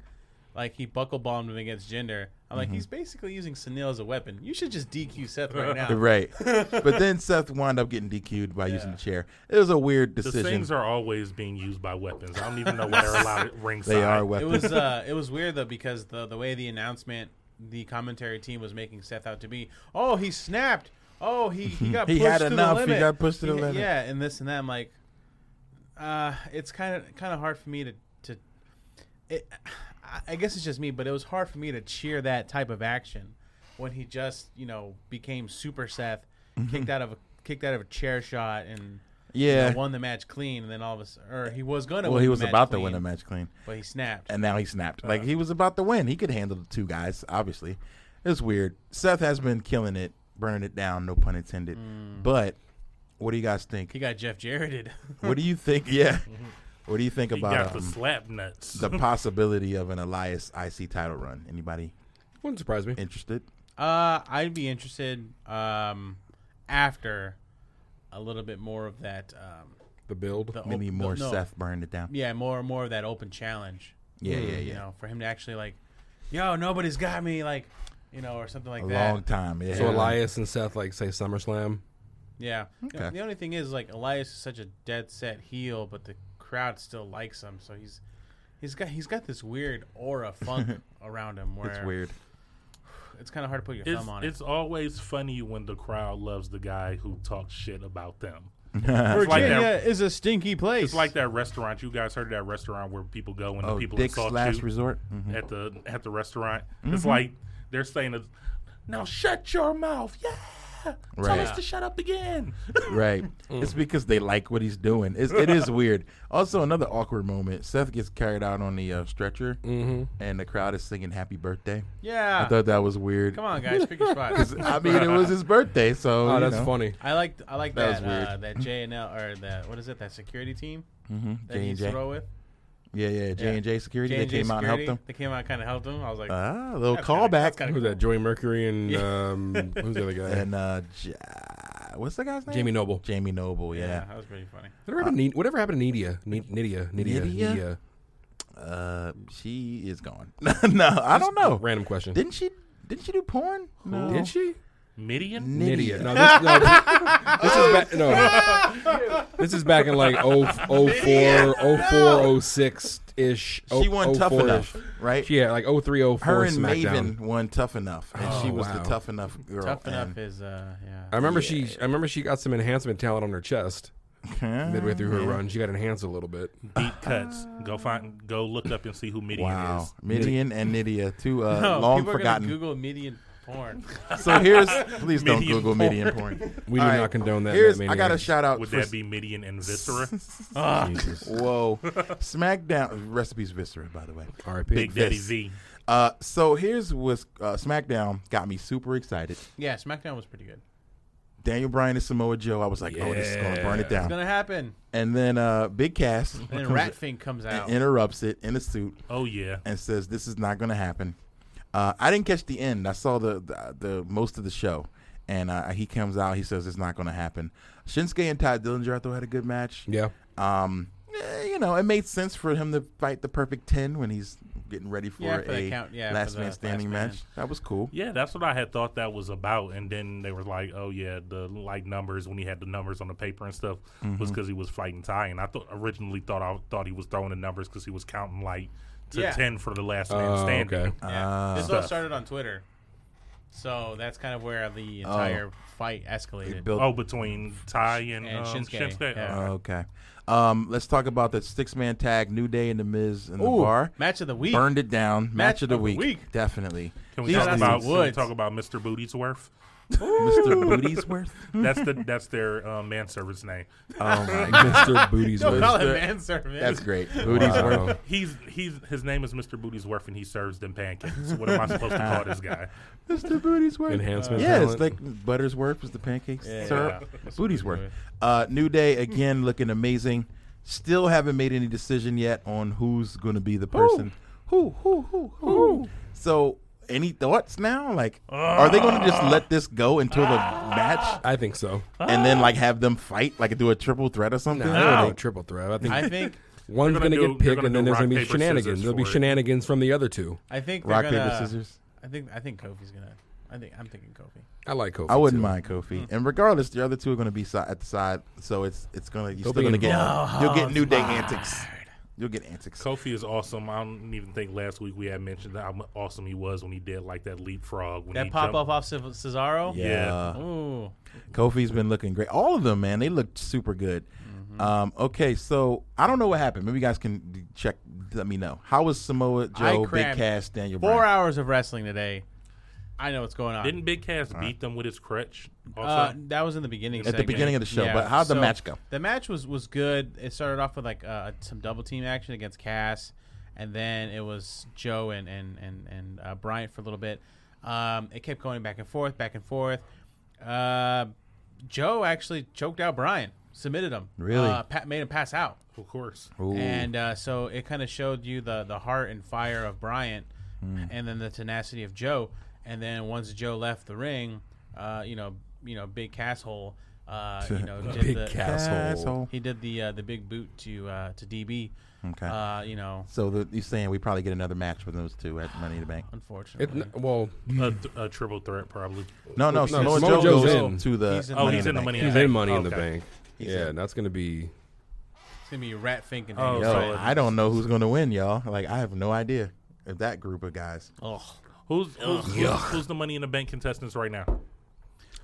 like he buckle bombed him against Jinder. I'm like, he's basically using Sunil as a weapon. You should just DQ Seth right now.
Right, but then Seth wound up getting DQ'd by using the chair. It was a weird
The
decision.
things are always being used by weapons. I don't even know why they're allowed at ringside.
they are
It
weapons.
was uh, it was weird though because the the way the announcement, the commentary team was making Seth out to be, oh he snapped, oh he he got
He
pushed
had
to
enough.
the
He
limit.
got pushed to the limit.
yeah, and this and that. I'm like, uh, it's kind of kind of hard for me to to, it, I- I guess it's just me, but it was hard for me to cheer that type of action when he just you know became super Seth, kicked out of a kicked out of a chair shot and. you
Mm-hmm. Yeah.
know, won the match clean, and then all of a sudden, or he was gonna.
well,
win
he
the
was
match
about to
clean, Uh.
win a match clean,
but he snapped.
and now he snapped. like he was about to win. He could handle the two guys. Obviously, it's weird. Seth has been killing it, burning it down. No pun intended. But what do you guys
Mm. He
think?
got Jeff Jarretted.
What do you think? Yeah. What do you think
He got
about
the
um,
slap nuts.
the possibility of an Elias IC title run? Anybody
Wouldn't surprise me.
interested?
uh, I'd be interested um, after a little bit more of that. Um,
The build.
the
Maybe
op-
more
no,
Seth burned it down.
Yeah, more more of that open challenge.
Yeah, yeah,
You
yeah.
know, for him to actually like, yo, nobody's got me, like, you know, or something like
A
that.
long time. Yeah.
So Elias and Seth like say SummerSlam.
Yeah.
Okay.
The only thing is, like, Elias is such a dead set heel, but the crowd still likes him, so he's. He's got he's got this weird aura funk around him where
It's weird.
It's kind of hard to put your
it's,
thumb on
it's always funny when the crowd loves the guy who talks shit about them.
it.
like that-
Virginia is a stinky place.
It's like that restaurant. You guys heard of that restaurant where people go and
Oh,
the people
Dick's
insult
Last
you
Resort. Mm-hmm. Mhm.
at the at the restaurant. It's like they're saying, "Now shut your mouth!" Yeah,
Right.
Tell us to shut up again.
Right. It's because they like what he's doing. It's, it is weird. Also, another awkward moment. Seth gets carried out on the uh, stretcher,
Mm. Oh,
and the crowd is singing "Happy Birthday." I
Yeah.
thought that was weird.
Ah. Come on, guys, pick your spot.
'Cause, I mean, it was his birthday, so
Oh,
you
that's
know.
funny.
I like I like
That was
that
weird.
uh, that J and L or that what is it that security team
Mhm.
that he used
J&J.
to roll with
Yeah, yeah. J and J security.
J&J
they came out and helped
security,
him.
They came out kind of helped him. I was like,
Ah, a little
that's kinda-
callback.
that's kinda
Who's that? Joey Mercury and
Yeah.
um, who's the other guy?
and uh, J- what's the guy's name?
Jamie Noble.
Jamie Noble.
yeah,
Yeah.
that was pretty funny.
Whatever happened, to, Ni- whatever happened to Nidia? Ni- Nidia? Nidia?
Nydia?
Nydia.
Uh, she is gone. no, I don't know.
Random question.
Didn't she? Didn't she do porn? No.
Did she?
Midian?
Nidia. No, this, no, this is back. No, this is back in like oh, 0, 04, 06 ish.
She won tough enough, right?
oh, Yeah, like 03, 04
her and
SmackDown. Oh,
Maven won Tough Enough, and she was the
wow.
Tough Enough girl.
Tough enough
and,
is uh, yeah.
I remember she. I remember she got some enhancement talent on her chest midway through
Mm-hmm.
her run. She got enhanced a little bit.
Deep cuts. Go find. Go look up and see who Midian
Wow,
is.
Midian and Nydia, two uh,
No,
long
people Are
forgotten.
gonna Google Midian porn.
So here's, please don't
Midian
Google
porn.
Midian porn.
We
All
do
right,
not condone that.
Here's,
Matt
I got
Maniac.
a shout out.
Would
for,
that be Midian and Viscera?
Whoa, SmackDown recipes Viscera, by the way.
R.I.P.
Big Daddy
Vis.
V.
Uh, so here's what uh, SmackDown got me super excited.
Yeah, SmackDown was pretty good.
Daniel Bryan and Samoa Joe. I was like, oh, this is gonna burn it
It's
down.
gonna happen.
And then uh, Big Cass
And then
comes-
Ratfink comes out.
interrupts it in a suit.
Oh yeah.
and says this is not going to happen. Uh, I didn't catch the end. I saw the the, the most of the show, and uh, he comes out. He says it's not going to happen. Shinsuke and Ty Dillinger, I thought had a good match.
Yeah.
Um, eh, you know, it made sense for him to fight the perfect ten when he's getting ready for,
Yeah, for the
a
count- yeah, for
last
the
man
last
standing
man.
match. That was cool.
Yeah, that's what I had thought that was about, and then they were like, "Oh yeah, the like numbers when he had the numbers on the paper and stuff
Mm-hmm.
was because he was fighting Ty." And I thought originally thought I thought he was throwing the numbers because he was counting like to
Yeah.
ten for the last man
Oh,
standing.
okay.
uh,
Yeah. this all
Stuff.
started on Twitter. So that's kind of where the entire fight escalated.
It Oh. built.
Oh, between Ty and,
And
um,
Shinsuke,
Shinsuke.
yeah.
Uh,
Okay. Um, let's talk about the six man tag: New Day and the Miz and the
Ooh,
Bar.
match of the week.
Burned it down. Match, of the week.
week.
Definitely.
Can we
These
talk
dudes-
about can we
Woods.
talk about Mr. Bootiesworth?
Mr. Bootiesworth?
That's the that's their um, manservant's name.
Oh my
Mr. Booty's
Don't call
Wow.
it
Mister-
manservant.
That's great. Booties worth.
He's he's his name is Mr. Bootiesworth, and he serves them pancakes. What am I supposed to call this guy?
Mr. Booties worth.
Enhancement
Yeah, it's
talent.
like Buttersworth was the pancake syrup.
Yeah.
Booties worth. Uh, New Day again looking amazing. Still haven't made any decision yet on who's going to be the person. Who? Who? Who? Who? So, any thoughts now? Like, are they going to just let this go until the match,
I think so.
and then like have them fight, like do a triple threat or something?
No,
Or
I
they-
think triple threat. I think
I think
one's
They're gonna
going to
do-
get
they're
picked,
gonna
and then
do
there's
rock,
going to be
paper,
shenanigans.
scissors
There'll be
for it.
shenanigans from the other two.
I think they're
rock
gonna,
paper scissors.
I think I think Kofi's gonna. I think I'm thinking Kofi.
I like Kofi.
I wouldn't
too.
mind Kofi. And regardless, the other two are going to be si- at the side, so it's it's going to you're
They'll
still
be
going to get
involved.
you'll get new day antics. You'll get antics.
Kofi is awesome. I don't even think last week we had mentioned how awesome he was when he did like that leapfrog. When he
That pop
jumped.
up off Ce- Cesaro.
Yeah.
Ooh.
Kofi's been looking great. All of them, man, they looked super good.
Mm-hmm.
Um, okay, so I don't know what happened. Maybe you guys can check. Let me know. How was Samoa Joe, Big
crammed
Cass, Daniel
Four
Bryan?
hours of wrestling today. I know what's going on.
Didn't Big Cass beat them with his crutch? Also,
Uh, that was in the beginning.
the beginning of the show, but how'd the match go?
The match was was good. It started off with like uh, some double team action against Cass, and then it was Joe and and and and uh, Bryant for a little bit. Um, it kept going back and forth, back and forth. Uh, Joe actually choked out Brian, submitted him.
Really?
uh, pa- made him pass out.
of course.
Oh.
Ooh.
And uh, so it kind of showed you the the heart and fire of Bryant,
Hmm.
and then the tenacity of Joe. And then once Joe left the ring, uh, you know, you know, big casshole, uh, you know, did
Big
the,
asshole.
Asshole.
he did the uh, the big boot to uh, to DB.
Okay.
Uh, you know,
so the, you're saying we probably get another match with those two at Money in the Bank?
It,
unfortunately,
n- well,
A, th- a triple threat, probably.
No, no.
No,
Samoa,
Samoa
Joe
Joe's
goes
in.
to the.
He's in-
Oh,
Money
he's
in
in
the
the money.
he's
Bank.
in Money in the
Okay.
Bank. yeah,
in.
that's going to be.
it's gonna be Rat Fink and
Oh,
Daniel
Yo,
so-
Bryan.
I don't know who's going to win, y'all. Like I have no idea. If that group of guys,
Ugh.
Who's who's, who's who's the money in the bank contestants right now?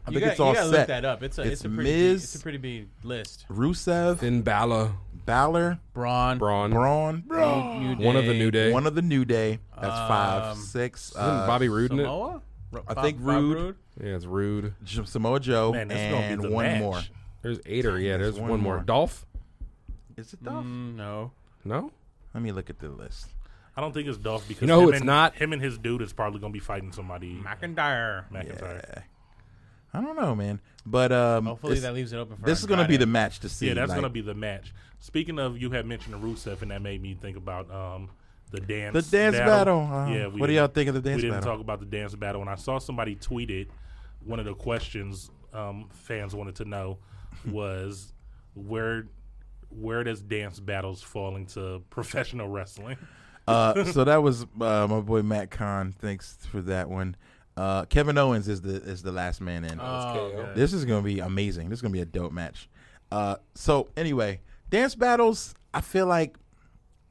I
You
think
gotta,
it's all
you gotta
set.
look that up. It's a it's,
It's
a pretty
Miz-
big, it's a pretty big list.
Rusev,
Finn Balor,
Balor,
Braun,
Braun,
Braun,
New
one of the
Day,
New Day.
one of the New Day. That's five,
Um,
six.
Isn't
Uh,
Bobby Roode in it?
Samoa.
I think Rude,
Rude.
Yeah, it's rude.
J- Samoa Joe,
Man, this is gonna be
and
the
one
match.
more.
There's eight or yeah. There's
one
one, more.
more.
Dolph?
Is it Dolph?
Mm, no.
No.
Let me look at the list.
I don't think it's Dolph because
know who
him
it's
and,
not?
Him and his dude is probably gonna be fighting somebody.
McIntyre.
McIntyre. Yeah,
I don't know, man. But um,
Hopefully
it's-
that leaves it open for
this is gonna be
Andrade.
the match to see.
that's
like,
gonna be the match. Speaking of, you had mentioned Rusev, and that made me think about um the dance.
the dance battle. Uh,
we
what do
didn't-
y'all think of the dance
we didn't
battle?
talk about the dance battle, and I saw somebody tweeted one of the questions um, fans wanted to know was where where does dance battles fall into professional wrestling?
uh, so that was uh, my boy Matt Kahn. Thanks for that one. Uh, Kevin Owens is the is the last man in.
Oh,
This is gonna be amazing. This is gonna be a dope match. Uh, so anyway, dance battles. I feel like,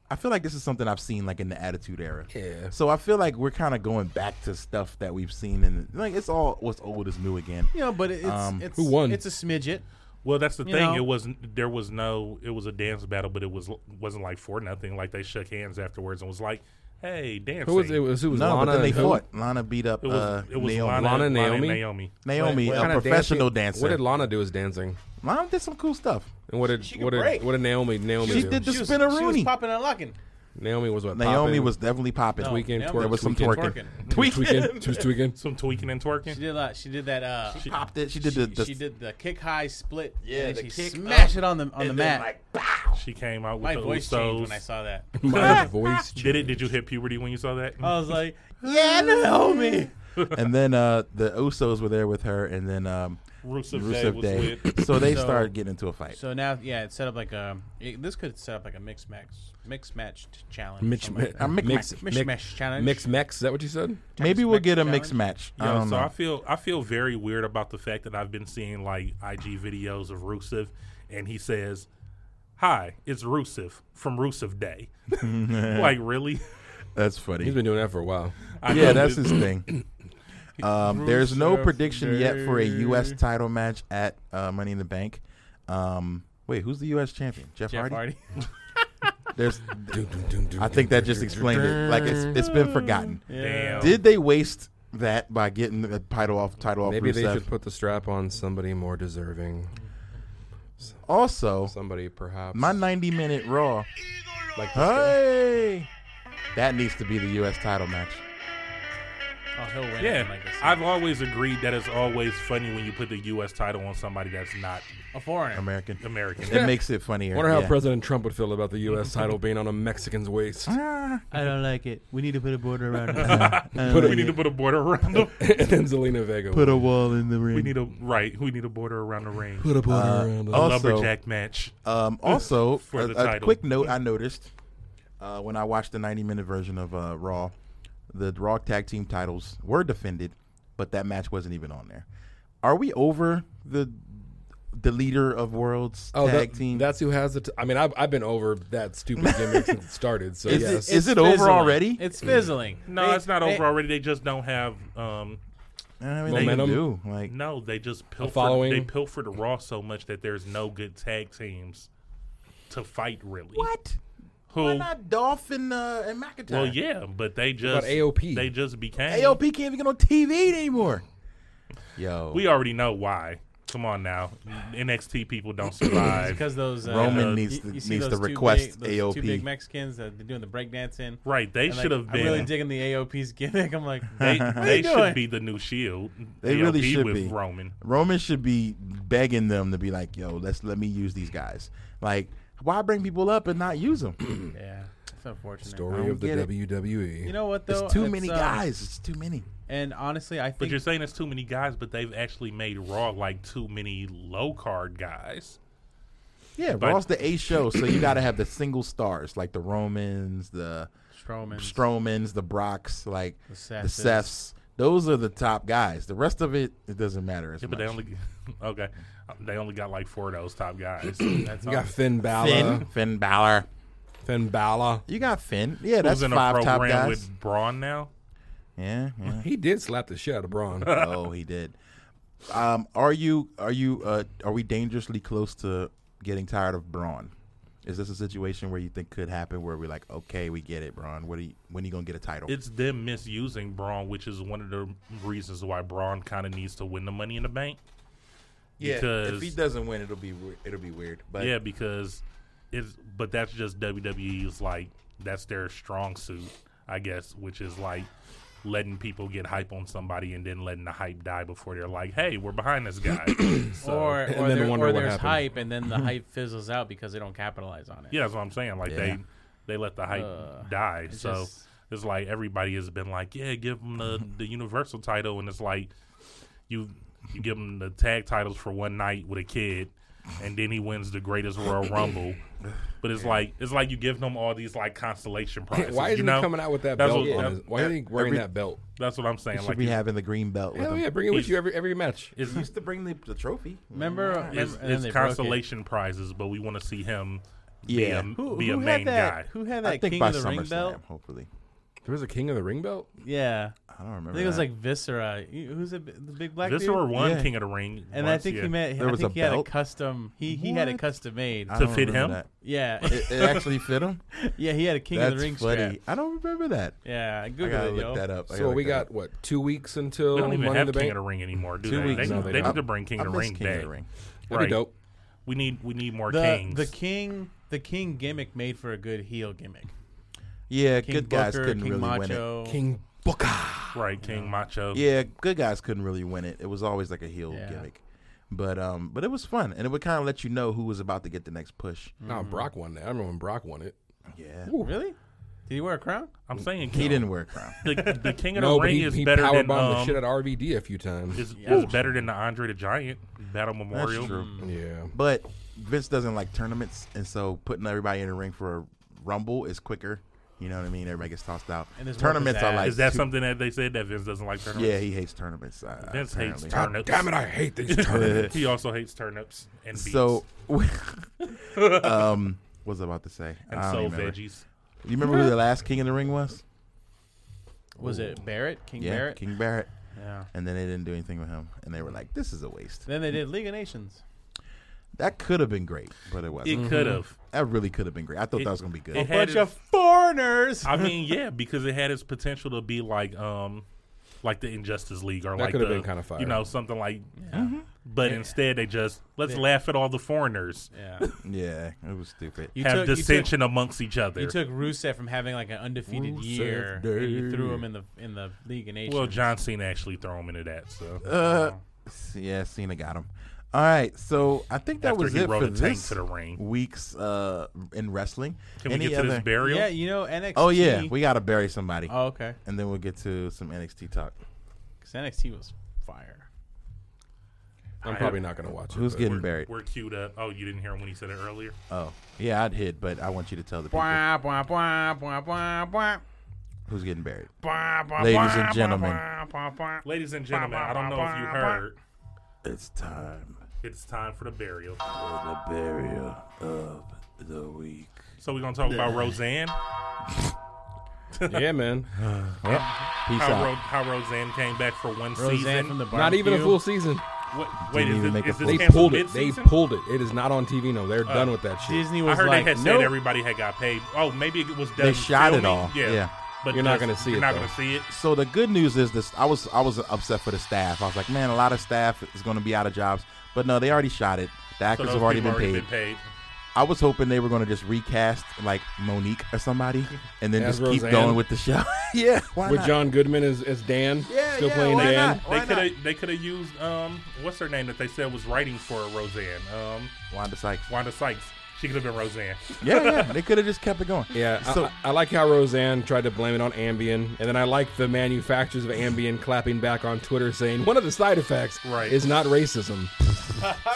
I feel like this is something I've seen like in the Attitude Era.
Yeah.
So I feel like we're kind of going back to stuff that we've seen in like it's all what's old is new again.
You know, but it's,
Um,
it's
who won?
It's a smidget.
Well, that's the
You
thing.
know.
It was there was no it was a dance battle, but it was wasn't like for nothing. Like they shook hands afterwards and was like, "Hey, dancing."
Who was it? Was, who was
No,
Lana?
but then they
and who?
fought. Lana beat up
It was,
uh,
it was
Naomi.
Lana,
Lana,
Lana and
Naomi?
Naomi.
Naomi,
What
a
kind of
professional
dancing-
dancer.
What did Lana do as dancing?
Lana did some cool stuff.
And what did
She could
what did,
break.
what did Naomi Naomi
She
do?
did the
She was, she was
spinneroonie.
popping and locking.
Naomi was what?
Naomi
popping?
was definitely popping.
No,
Tweaking,
Naomi
twerking,
There was some
tweaking.
twerking.
She was tweaking. She was tweaking.
Some tweaking and twerking.
She did a lot. She did that. Uh,
She popped it. She did the, the
she did the kick high split.
Yeah,
and
the
she
kick
smashed
up,
it on the on the mat.
and then, like, pow.
She came out with
My
the
voice
Usos.
changed when I saw that.
My voice.
Did it? Did you hit puberty when you saw that?
I was like, "Yeah, Naomi."
and then uh, the Usos were there with her, and then um,
Rusev, Day
Rusev
was
Day.
with.
So they
So-
started getting into a fight.
So now, yeah, it's set up like a. It, this could set up like a mixed match, mixed matched challenge. or
Mitch,
something like that.
mix-
mix,
Mish- Mash challenge.
mix, mix. Is that what you said?
Maybe we'll
mixed
get a
challenge?
mixed match. I
Yo,
don't
so I
know.
feel I feel very weird about the fact that I've been seeing like IG videos of Rusev, and he says, "Hi, it's Rusev from Rusev Day." like really?
That's
He's
funny.
been doing that for a while.
I
Yeah,
know
that's
this-
his thing. Um, there's no
Rusev
prediction yet for a U.S.
Day.
title match at uh, Money in the Bank. Um, wait, who's the U.S. champion? Jeff,
Jeff
Hardy.
Hardy.
There's,
Doom, doom, doom, doom,
I think that just explained it. Like it's it's been forgotten.
Damn.
Did they waste that by getting the title off title off
Maybe
Rusev?
they should put the strap on somebody more deserving.
also,
Somebody perhaps.
my 90 minute Raw.
like this guy.
Hey, that needs to be the U.S. title match.
Oh, he'll win.
Yeah,
it, like this.
I've always agreed that it's always funny when you put the U.S. title on somebody that's not
a foreigner.
American.
American.
It makes it funnier.
Wonder how
yeah.
President Trump would feel about the U.S. title being on a Mexican's waist.
Ah,
I don't like it. We need to put a border around it.
Put
we need to put a border around them.
and then Zelina Vega.
put a wall in the ring.
we need a right. We need a border around the ring.
Put a border around
oh,
it.
Also-
Lumberjack match.
um, also,
For
a,
the
a
title.
quick note I noticed uh, when I watched the 90 minute version of uh, Raw, the Raw tag team titles were defended, but that match wasn't even on there. Are we over the the leader of worlds
Oh,
tag
that,
team?
that's who has it. I mean, I've, I've been over that stupid gimmick since it started. So
Is it-
yes,
is it over
fizzling.
already?
It's fizzling.
No,
They-
it's not
they-
over already. They just don't have. Um,
I mean, they can
Momentum?
do like
no, they just pilfered.
following?
They pilfered Raw so much that there's no good tag teams to fight really.
what? Why
Who?
not Dolphin uh, and McIntyre?
Well, yeah, but they just
AOP?
They just became
AOP can't even get on TV anymore. Yo,
We already know why. Come on now, NXT people don't survive.
because those uh,
Roman
you-
needs to-
you see
needs to
those two big,
request
those
AOP.
Two big Mexicans that they're doing the breakdancing.
right? They
And, like,
should have been.
I'm really digging the AOP's gimmick. I'm like,
they they
you
should
doing?
be the new Shield.
They
AOP
really should
E with
be.
Roman.
Roman should be begging them to be like, "Yo, let's let me use these guys." Like, why bring people up and not use them?
yeah, it's unfortunate. Um,
story of the E.
get it.
WWE.
You know what though?
It's uh, too many
um,
guys. It's too many.
And honestly, I
But
think
you're saying it's too many guys, but they've actually made Raw like too many low card guys.
Yeah,
but-
Raw's the A show, so you got to have the single stars like the Romans, the
Strowman.
Strowmans, the Brocks, like the
Seths.
Seths. Those are the top guys. The rest of it, it doesn't matter as
Yeah, but
much.
they only okay. They only got like four of those top guys.
that's
You
all.
got Finn Balor.
Finn,
Finn,
Finn Balor.
Balor.
You got Finn. Yeah, that's
Who's in a
five top
program
guys.
with Braun now?
Yeah, yeah.
He did slap the shit out of Braun.
oh, he did. Um, are you are you uh, are we dangerously close to getting tired of Braun? Is this a situation where you think could happen where we're like, okay, we get it, Braun. What are you, when are you gonna get a title?
It's them misusing Braun, which is one of the reasons why Braun kind of needs to win the Money in the Bank. because-
if he doesn't win, it'll be we- it'll be weird. But
yeah, because it's but that's just WWE's like that's their strong suit, I guess, which is like letting people get hype on somebody and then letting the hype die before they're like, "Hey, we're behind this guy." so,
or
And
or,
then
there,
wonder
or
what
there's
happened.
hype, and then the hype fizzles out because they don't capitalize on it.
yeah, that's what I'm saying. Like
Yeah.
they they let the hype
Uh,
die.
it
So
just-
it's like everybody has been like, "Yeah, give them the
Mm-hmm.
the universal title," and it's like you you give him the tag titles for one night with a kid, and then he wins the greatest Royal Rumble. But it's like it's like you give them all these like constellation prizes.
Why
you
isn't
know?
he coming out with that
That's
belt?
what-
on
that-
his, why isn't he wearing
every-
that belt?
That's what I'm saying.
should
Like
be
it's,
having the green belt.
Hell
with him.
yeah, bring it with
He's-
you every every match.
it's,
He used to bring the, the trophy.
Remember, remember
it's,
and then
it's
they broke it.
consolation prizes, but we want to see him.
Yeah.
be a,
Who,
be
who
a
had
main
that,
guy.
Who had that
I think
King
by
of the Ring
SummerSlam,
belt?
hopefully.
There was a King of the Ring belt.
Yeah,
I don't remember.
I think it was
that.
like Viscera. You- Who's the, b- the big black
Viscera
dude?
won
Yeah.
King of the Ring,
And I
once,
think
yeah.
he meant.
There
I
was
think
a
he had a
belt?
custom. He he had it
What? Uh,
custom made.
I
to
don't
fit
remember
him?
Yeah,
that. It, it actually fit him.
yeah. He had a King
That's
of the Ring
funny.
strap.
I don't remember that.
Yeah,
I gotta
Google it,
look
yo.
that up. I gotta
So
look
we
that
got
up.
what two weeks until
They don't even
Money in
have
the
King
Bank.
of the Ring anymore, do
Two
they?
weeks,
They,
no,
need-
they
they need
don't.
to bring King
I
of the
miss
Ring
King of
back.
the Ring.
That'd
Right.
be dope.
We need we need more
The,
kings.
the king the king gimmick made for a good heel gimmick.
Yeah,
King
good guys
Booker,
couldn't
King
really win it.
Macho.
King Booker.
right, King Macho.
Yeah, good guys couldn't really win it. It was always like a heel
Yeah.
gimmick. But um, but it was fun, and it would kind of let you know who was about to get the next push.
Mm.
No, Brock won that. I remember when Brock won it.
Yeah,
Really? Did he wear a crown?
I'm saying
he
King-
didn't wear a crown.
The, the King of
No,
the
but
Ring
he,
is
he
better
power
than
bombed the
um,
shit at RVD a few times.
is, is better than the Andre the Giant Battle Memorial.
yeah,
But Vince doesn't like tournaments, and so putting everybody in a ring for a rumble is quicker. You know what I mean? Everybody gets tossed out.
And it's
tournaments
worth his
are like
Is that
two-
something that they said that Vince doesn't like turnips?
Yeah, he hates tournaments. Uh,
Vince hates
apparently.
turnips.
Damn it, I hate these tournaments.
He also hates turnips and beets
So, um, what was I about to say?
and
I don't
soul
remember.
veggies.
You remember who the last King of the Ring was?
Was it Barrett? King
yeah,
Barrett?
King Barrett.
Yeah.
And then they didn't do anything with him, and they were like, "This is a waste."
Then they did League of Nations.
That could have been great, but it
It
wasn't.
could have.
that really could have been great. I thought
It-
that was gonna be
it
good.
had
Bunch
its-
of foreigners.
I mean, yeah, because it had its potential to be like um like the Injustice League or
That
like
could have
the-
been kinda fire.
You know, something like
Mm-hmm.
But instead, they just let's laugh at all the foreigners,
yeah.
Yeah, it was stupid.
You
have
took,
dissension amongst each other.
You took, you took Rusev from having like an undefeated
Rusev
year, and you
Day.
threw him in the in the League of Nations.
well, John Cena actually threw him into that. So
Uh, yeah, Cena got him. All right, so I think that
After
was
he
it
rode
for
a tank
this
to the ring.
week's uh in wrestling.
can we get to this burial?
yeah, you know NXT.
Oh yeah, we gotta bury somebody,
Oh okay,
and then we'll get to some NXT talk.
because NXT was fire.
I'm probably not gonna watch it.
Who's
but-
getting
we're,
buried?
We're queued up. Oh, you didn't hear him when he said it earlier.
Oh, yeah, I'd hit, but I want you to tell the people
Bwah, bwah, bwah, bwah, bwah, bwah.
who's getting buried.
Bwah, bwah,
Ladies
bwah,
and
bwah,
gentlemen,
bwah, bwah, bwah.
Ladies and gentlemen, I don't know if you heard.
it's time
It's time for the burial.
for the burial of the week.
So we're gonna talk about Roseanne.
yeah, man.
Peace
How,
out.
Ro- how Roseanne came back for one
Roseanne
season.
from the barbecue.
Not even a full season.
Wait, wait
Didn't
is,
even
this,
make a
is this
full
They
canceled
pulled it. They
mid-season?
pulled it. It is not on TV. No, they're done with that shit.
Disney
I
was
heard
like,
they had
nope.
said everybody had got paid. Oh, maybe it was done.
They shot it
filming.
all.
Yeah,
Yeah.
but
You're not
just-
gonna see
You're
it,
not
though.
gonna see it.
so the good news is this i was i was upset for the staff i was like man a lot of staff is going to be out of jobs but no they already shot it
So
the actors
those
have already,
people
been,
already
paid.
been paid.
i was hoping they were going to just recast like monique or somebody and then
As
just keep
Roseanne?
going with the show yeah why
with
not?
John Goodman as, as Dan.
Yeah,
still
yeah,
playing
why
Dan.
not?
They could have. They could have used um, what's her name that they said was writing for Roseanne. Um,
wanda sykes
Wanda Sykes. She could have been Roseanne.
yeah yeah they could have just kept it going
Yeah, I-
so
I, I like how Roseanne tried to blame it on Ambien, and then I like the manufacturers of Ambien clapping back on Twitter saying one of the side effects
Right.
is not racism.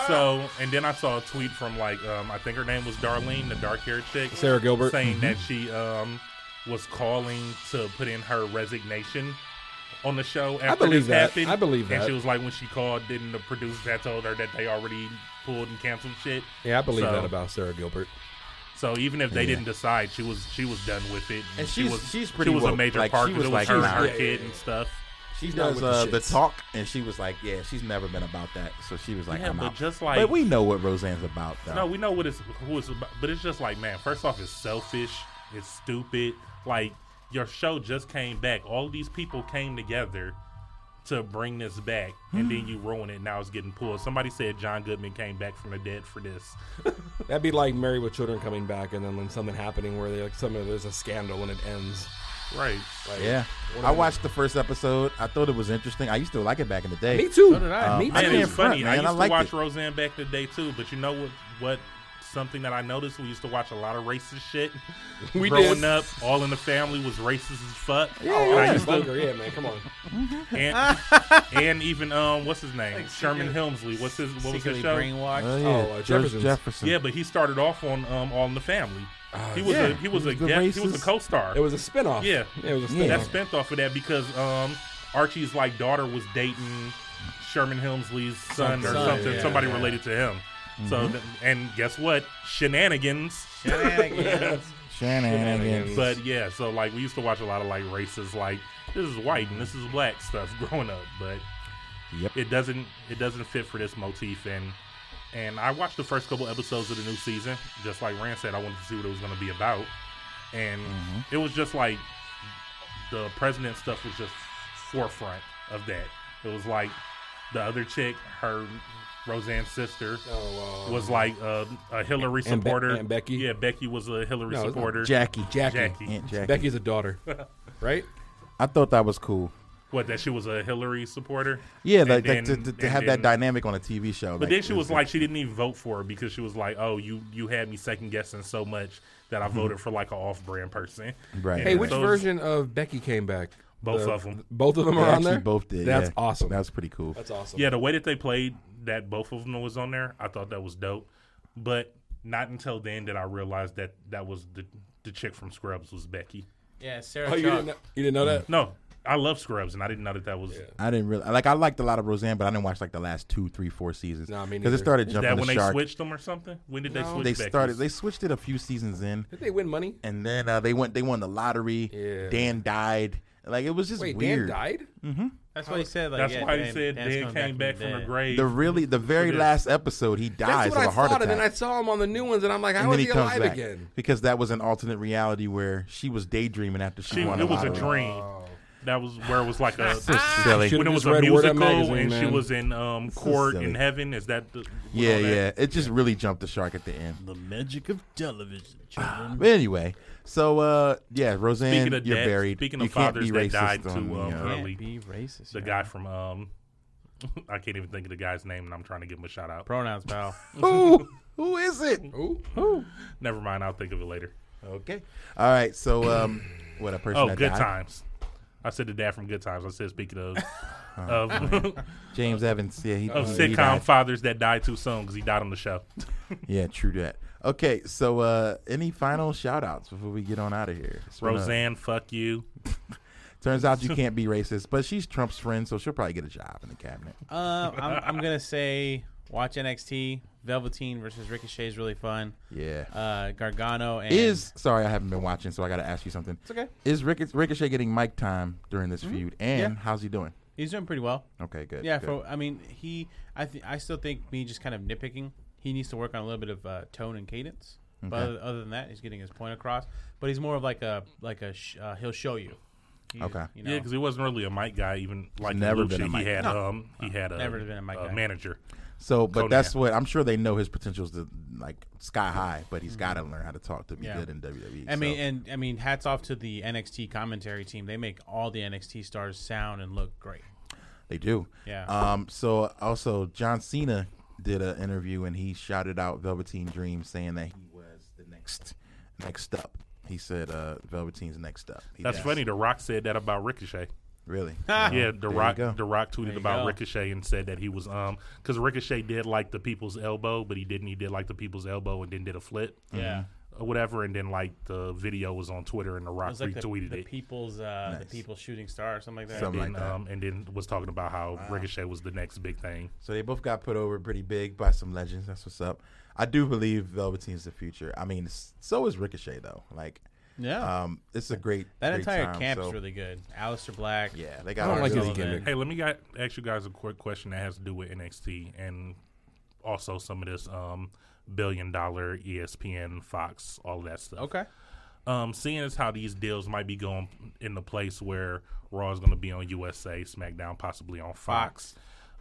So, and then I saw a tweet from like um, I think her name was Darlene, the dark-haired chick,
Sarah Gilbert. Mm-hmm.
saying that she um, was calling to put in her resignation on the show. After
believe
this
that.
Happened.
I believe
And
that.
she was like, when she called, didn't the producers had told her that they already pulled and canceled shit?
Yeah, I believe
So-
that about Sarah Gilbert.
So even if they
Yeah.
didn't decide, she was she was done with it.
And she's-
was
she's pretty
She was a
woke.
major
Like,
part
she
because it was
was like,
her and her
nah.
kid and stuff.
She
not
does
with the
uh, the
shits.
talk, and she was like, "Yeah, she's never been about that." So she was like,
Yeah,
"I'm
but
out."
just like-
but we know what Roseanne's about, though.
No, we know what it's who it's about, but it's just like, man, first off, it's selfish, it's stupid. Like your show just came back. All these people came together to bring this back, and then you ruin it. Now it's getting pulled. Somebody said John Goodman came back from the dead for this.
That'd be like Married with Children coming back, and then, then something happening where they like some there's a scandal and it ends.
right.
Like,
yeah,
what do
I
we-
watched the first episode. I thought it was interesting. I used to like it back in the day.
Me too.
So did I.
Um,
Me
I
Man,
too.
can't
it's funny.
front,
I
man.
used
I
to
liked
watch
it.
Roseanne back in the day too, but you know what? What something that I noticed? We used to watch a lot of racist shit.
We
growing
did.
up, all in the family was racist as fuck.
Oh,
And I
yeah,
used to-
Bunker, yeah, man, come on.
and, and even um, what's his name? Sherman Helmsley. What's his what was his
Secretly
show?
brainwashed.
Oh, yeah.
Oh, uh,
George
Jefferson's.
Jefferson.
Yeah, but he started off on um, All in the Family.
Ah,
he was
yeah.
a he was,
He was
a
the
guest, he was a
racist-
co-star.
It was a spinoff.
Yeah.
yeah it was a
Yeah.
spinoff.
that spent off of that because um, Archie's like daughter was dating Sherman Helmsley's son or
Son,
something,
yeah,
somebody
yeah.
related to him.
Mm-hmm.
So th- and guess what? Shenanigans.
Shenanigans.
Shenanigans.
But yeah, so like we used to watch a lot of like races like this is white and this is black stuff growing up, but
Yep.
it doesn't it doesn't fit for this motif and and I watched the first couple episodes of the new season, just like Rand said, I wanted to see what it was gonna be about. And
Mm-hmm.
it was just like the president stuff was just forefront of that. It was like the other chick, her Roseanne's sister,
Oh, um,
was like a, a Hillary
Aunt Be-
supporter.
Aunt Becky?
Yeah, Becky was a Hillary
uh,
No, it's not
supporter.
Jackie,
Jackie.
Jackie.
Aunt Jackie.
Becky's a daughter, right?
I thought that was cool.
What that she was a Hillary supporter?
Yeah,
And
like,
then-
like to, to, to
and
have
then-
that dynamic on a TV show.
But then she was
it's-
like, she didn't even vote for her because she was like, "Oh, you you had me second guessing so much that I voted for like an off brand person."
Right.
And
Hey,
Yeah.
which
so-
version of Becky came back?
Both
The-
of 'em.
Both of them
they
are on
actually
there.
both did.
That's
yeah.
awesome.
That was pretty cool.
That's awesome.
Yeah, the way that they played that both of them was on there, I thought that was dope. But not until then did I realize that that was the the chick from Scrubs was Becky.
Yeah, Sarah
Oh, you
Chalk.
didn't know, you didn't know that?
No, I love Scrubs, and I didn't know that that was
I didn't really like. I liked a lot of Roseanne, but I didn't watch like the last two, three, four seasons.
Nah, me
it
neither.
started jumping
that
the
when they
shark.
switched them or something. When did they switch?
they
Becky's?
started. They switched it a few seasons in,
Did they win money?
and then uh, they went. They won the lottery.
Yeah.
Dan died. Like it was just
Wait,
weird.
Dan died?
That's what he said. Like,
That's
yeah,
why he
Dan-
said
Dan's
Dan
coming
came back from the
dead.
grave.
The really, the very
this.
last episode, he dies
That's what
of
I
a heart
thought,
attack.
and then I saw him on the new ones, and I'm like,
And
how
then
is
he
he
comes
alive
back
again?
because that was an alternate reality where she was daydreaming after she,
She,
won.
it was a
lottery.
dream. Ah, That was where it was like a
So silly.
when
Should've
it was
just
a
read Word Up
musical
magazine,
and she
man.
was in um, court
silly.
in heaven. Is that the
Yeah,
all that?
yeah. It just really jumped the shark at the end.
The magic of television, children.
But anyway, so uh, yeah, Roseanne,
Speaking of
you're
dads-
buried.
speaking
you
of
can't
fathers
be
that
racist
died
on,
too,
you
um,
know.
early.
Can't be racist.
The
yeah.
guy from um, I can't even think of the guy's name, and I'm trying to give him a shout out.
Pronouns, pal.
Who? Who is it?
Ooh.
Never mind, I'll think of it later.
Okay. All right. So, um, what a person.
Oh,
that
Good
died?
Times. I said the dad from Good Times. I said speaking of of,
James Evans. Yeah, Oh, he,
of
he
Oh, sitcom
died.
fathers that died too soon because he died on the show.
Yeah, true that. Okay. So, uh, any final shout outs before we get on out of here? It's been a-
Roseanne, fuck you.
turns out you can't be racist, but she's Trump's friend, so she'll probably get a job in the cabinet.
Um, I'm, I'm gonna say watch NXT. Velveteen versus Ricochet is really fun.
Yeah.
Uh, Gargano and
is sorry, I haven't been watching, so I got to ask you something. It's
okay. Mm-hmm.
Is Rico- Ricochet getting mic time during this feud? And
Yeah.
how's he doing?
he's doing pretty well.
Okay, good.
Yeah,
good.
for I mean he I th- I still think me just kind of nitpicking. He needs to work on a little bit of uh, tone and cadence. But
Okay.
other, other than that, he's getting his point across. But he's more of like a like a sh- uh, he'll show you. He-
Okay.
You
Yeah, 'cause Yeah,
know,
because he wasn't really a mic guy. Even like in
never
Lucci,
been a mic
he had
guy.
um he had a,
Never been a mic guy.
manager.
So, but
Conan.
that's what I'm sure they know his potential's to like sky high, but he's got to learn how to talk to be
Mm-hmm. Yeah.
good in WWE.
I mean,
so.
and I mean, hats off to the NXT commentary team. They make all the NXT stars sound and look great.
they do.
Yeah.
Um. So also, John Cena did an interview and he shouted out Velveteen Dream, saying that he was the next next up. He said, uh, "Velveteen's next up." He
That's
does.
funny. The Rock said that about Ricochet.
Really?
Yeah,
There
The
you
Rock.
go.
The Rock tweeted
you
about
go.
Ricochet and said that he was um because Ricochet did like the people's elbow, but he didn't. He did like the people's elbow and then did a flip.
Yeah.
Mm-hmm.
Or whatever, and then like the video was on Twitter, and The
It
Rock
was like the,
retweeted
the
it,
people's uh, the
Nice.
people's shooting star or something like that.
Something like
and,
that.
um, and then was talking about how Ricochet was the next big thing.
So they both got put over pretty big by some legends. That's what's up. I do believe Velveteen's the future. I mean, s- so is Ricochet though. Like,
Yeah.
Um, it's a great
that
great
entire
time,
camp's
so-
really good. Alistair Black.
yeah. They
I
got
don't like
artists
his
all over.
gimmick.
Hey, let me got, ask you guys a quick question that has to do with NXT and also some of this um, billion dollar E ESPN, Fox, all that stuff.
Okay.
Um, seeing as how these deals might be going in the place where Raw is going to be on USA, SmackDown possibly on Fox,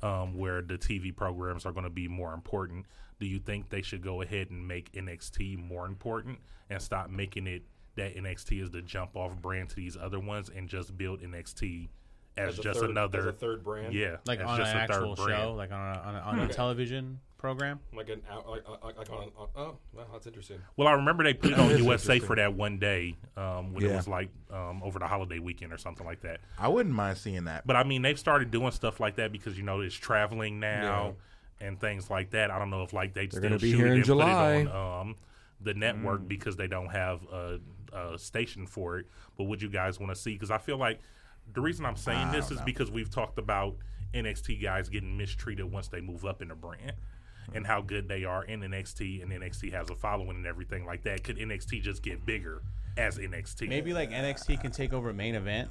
um, where the TV programs are going to be more important, do you think they should go ahead and make NXT more important and stop making it that NXT is the jump off brand to these other ones and just build NXT as,
As a
just
third-
another
as a third brand?
Yeah,
Like
as
on an
just a third
actual
brand.
show, like on a, on a, on a television program.
Like an out, like, uh, like, like on, on. Oh, well, that's interesting.
Well, I remember they put it on USA for that one day um, when it
Yeah.
was like um, over the holiday weekend or something like that.
I wouldn't mind seeing that.
But I mean, they've started doing stuff like that because you know it's traveling now and things like that. I don't know if like they still
gonna be
shoot
here
it
in
and
July. Mm.
put it on um, the network because they don't have a, a station for it. But would you guys want to see? Because I feel like the reason I'm saying this is because we've talked about NXT guys getting mistreated once they move up in a brand. And how good they are in NXT, and NXT has a following and everything like that. Could NXT just get bigger as NXT?
Maybe like NXT can take over main event.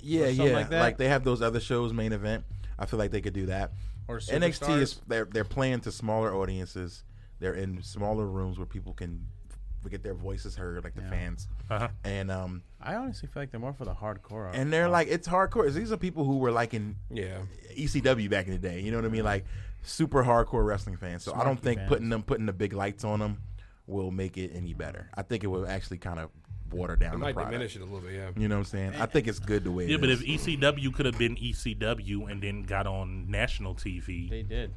Yeah,
something
yeah.
like
Like,
that?
they have those other shows, main event. I feel like they could do that.
Or
NXT is
superstars.
they're they're playing to smaller audiences. They're in smaller rooms where people can f- get their voices heard, like the fans.
Uh-huh.
And um
I honestly feel like they're more for the hardcore.
and they're like it's hardcore. These are people who were like in
Yeah.
ECW back in the day. You know what I mean? Like super hardcore wrestling fans. So I don't
Snarky
think
fans.
putting them putting the big lights on them will make it any better. I think it will actually kind of water down
It
the
might
product.
diminish it a little bit. Yeah.
You know what I'm saying? I think it's good the way.
Yeah,
it
but
is.
if E ECW could have been ECW and then got on national TV,
they did.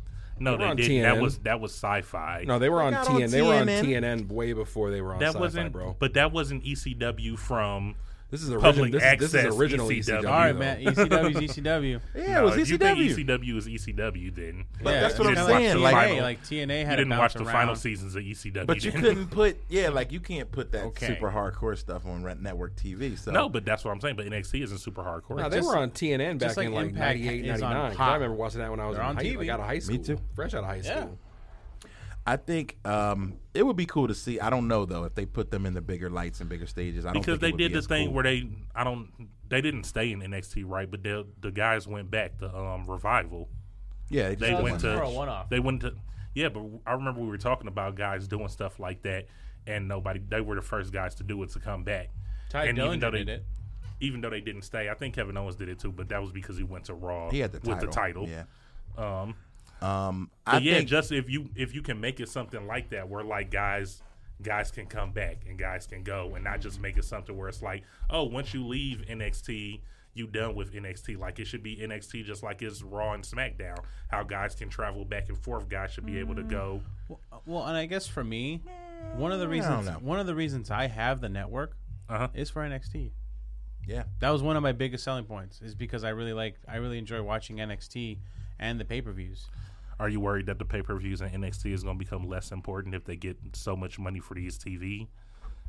They
no,
were
they
on
didn't. That
TNN.
was that was sci-fi.
No, they were on
got
TN.
on
They were on
TNN.
TNN way before they were on.
that
Sci-Fi,
wasn't.
bro.
But that wasn't ECW from.
This is original.
public
This, is- this
access
is original
ECW.
ECW.
All
All right,
though.
man. E ECW's ECW.
yeah,
No,
it was E
if you think
ECW.
ECW is ECW, then
But
Yeah,
that's what
you
I'm
didn't
saying.
watch the
Like,
final-
Hey, like TNA had
you
to
didn't
bounce
watch the
around.
final seasons of E ECW.
But you
then.
couldn't put yeah, like you can't put that
Okay.
super hardcore stuff on Red network TV. So
No, but that's what I'm saying. But NXT isn't super hardcore.
No, they
just-
were on TNN back
just like
in like
Impact
98,
is on
99. 'cause
Pop.
I remember watching that when I was
They're
in
on
high,
TV.
like, out of high school.
too.
Fresh out of high
Yeah.
school.
I think um, it would be cool to see. I don't know though if they put them in the bigger lights and bigger stages. I don't
because
think
they
it would
did
be
the
as
thing
cool.
where they I don't they didn't stay in NXT right, but the the guys went back to um, revival.
yeah
they
just
went
did one.
to
for a one-off.
They went to yeah, but I remember we were talking about guys doing stuff like that, and nobody they were the first guys to do it to come back.
Ty
and
Dillinger
they
did it.
even though they didn't stay, I think Kevin Owens did it too, but that was because he went to Raw
he had the title.
with the title.
Yeah.
Um,
Um, I
but yeah,
think
just if you if you can make it something like that, where like guys guys can come back and guys can go, and not just make it something where it's like, oh, once you leave NXT, you done with NXT. Like it should be NXT, just like it's Raw and SmackDown. How guys can travel back and forth. Guys should be able
Mm-hmm.
to go.
Well, and I guess for me, one of the
I don't
reasons
know.
one of the reasons I have the network
Uh-huh.
is for NXT.
yeah,
That was one of my biggest selling points is because I really like I really enjoy watching NXT and the pay-per-views.
Are you worried that the pay per views and NXT is going to become less important if they get so much money for these TV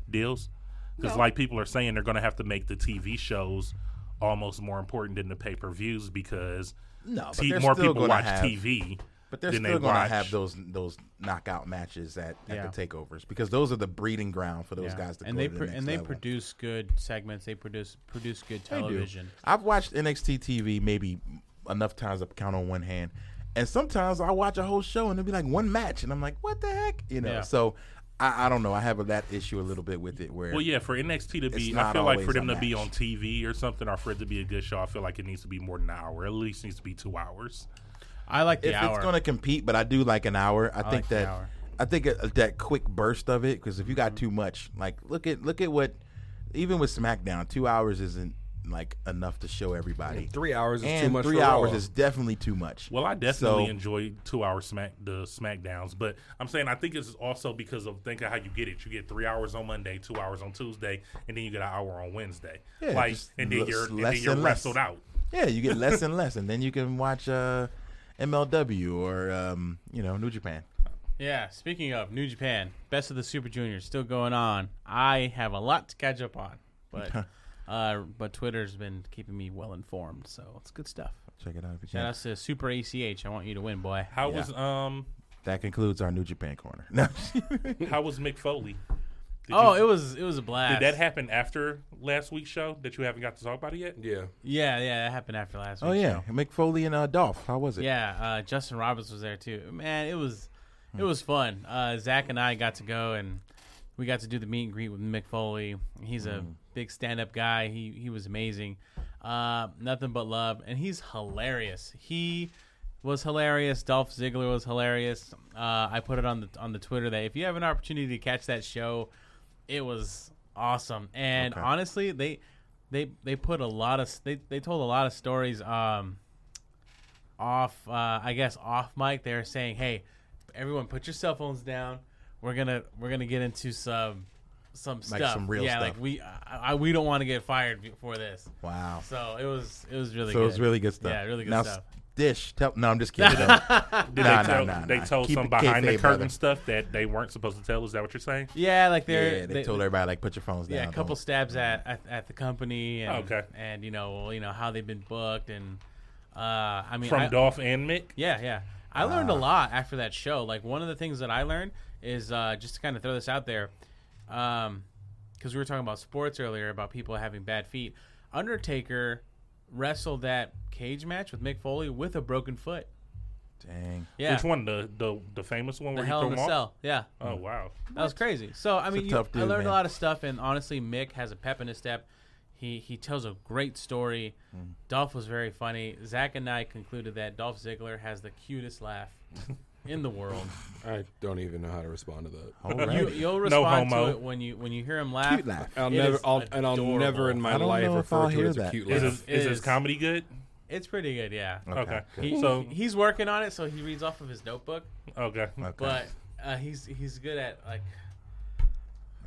deals? Because like people are saying, they're going to have to make the TV shows almost more important than the pay per views because
No, but
te-
they're
more
still
people
gonna
watch
have-
TV.
but they're
than they
still going to
watch-
have those those knockout matches at, at
Yeah.
the takeovers because those are the breeding ground for those
Yeah.
guys to
and
go
they
to the
pro-
next
and they
level.
produce good segments. They produce produce good
They do.
television.
I've watched NXT TV maybe enough times to count on one hand, and sometimes I watch a whole show and it'll be like one match, and I'm like, what the heck, you know?
Yeah.
So I, I don't know. I have that issue a little bit with it where
Well, yeah, for NXT to be, I
not
feel like for
always
them
a
to be
match.
on TV or something, or for it to be a good show, I feel like it needs to be more than an hour. At least needs to be two hours.
I like the
if
hour.
it's going to compete, but I do like an hour. I, think
like the
that
hour. Mm-hmm.
I think a, that quick burst of it because if you got too much, like look at look at what even with SmackDown, two hours isn't like enough to show everybody.
Three hours is
and
too much.
three
for
hours
Raw.
is definitely too much.
Well, I definitely
So-
enjoy two hour smack the smackdowns, but I'm saying I think it's also because of think of how you get it. You get three hours on Monday, two hours on Tuesday, and then you get an hour on Wednesday.
Yeah,
like
just
and then
less-
you're and
less
then you're
and less.
wrestled out.
Yeah, you get less and less, and then you can watch uh, MLW or um, you know New Japan.
yeah, speaking of New Japan, Best of the Super Juniors still going on. I have a lot to catch up on, but uh, but Twitter's been keeping me well informed, so it's good stuff.
Check it out if you
Shout
can.
out to Super ACH. I want you to win, boy.
How was um
That concludes our New Japan corner. No.
how was Mick Foley? Did
oh,
you-
it was it was a blast.
did that happen after last week's show that you haven't got to talk about it yet?
Yeah.
Yeah, yeah, that happened after last week.
Oh yeah, Mick Foley and uh, Dolph. How was it?
Yeah, uh, Justin Roberts was there too. Man, it was it was fun. Uh, Zach and I got to go and we got to do the meet and greet with Mick Foley. He's a big stand up guy. He he was amazing. Uh, nothing but love, and he's hilarious. He was hilarious. Dolph Ziggler was hilarious. Uh, I put it on the on the Twitter that if you have an opportunity to catch that show, it was awesome. And honestly, they they they put a lot of they they told a lot of stories. Um, off uh, I guess off mic they're saying, "Hey, everyone put your cell phones down. We're going to we're going to get into some some
Like
stuff.
some real
yeah,
stuff.
like we I, I, we don't want to get fired be- for this."
Wow.
So it was it was really
so
good.
it was really good stuff.
Yeah, really good
now,
stuff.
Dish, tell. No, I'm just kidding. though.
Did
Nah,
they
nah,
tell,
nah,
they
nah.
told
Keep
some
it
behind the
kayfabe,
curtain
brother.
stuff that they weren't supposed to tell? Is that what you're saying?
Yeah, like they're
yeah, they, told everybody like put your phones down.
yeah, a couple
Don't-
stabs at, at at the company and
Okay.
and you know, well, you know how they've been booked and uh I mean
From
I,
Dolph and Mick?
Yeah, yeah. I learned a
Uh.
lot after that show. Like one of the things that I learned is uh, just to kind of throw this out there, because we were talking about sports earlier about people having bad feet. Undertaker wrestled that cage match with Mick Foley with a broken foot.
Dang.
Yeah,
Which one? The the the famous one
the
where he
Hell
threw
in a
him off?
Cell. Yeah,
Oh wow.
that was crazy. So I
a
mean, you,
tough dude,
I learned
man.
a lot of stuff, and honestly, Mick has a pep in his step. He he tells a great story.
Mm.
Dolph was very funny. Zach and I concluded that Dolph Ziggler has the cutest laugh in the world.
I don't even know how to respond to that.
All
You,
right.
you'll
No
respond
homo.
to it when you when you hear him laugh.
Cute laugh.
I'll
It
never,
is
I'll, and I'll
adorable.
never in
I
my
don't
life
know if
refer
I'll
to it
hear
as a
that.
cute
Is
laugh.
his, is his
Is-
comedy good?
It's pretty good, yeah.
Okay.
He,
so
he- he's working on it, so he reads off of his notebook.
okay.
But uh, he's he's good at like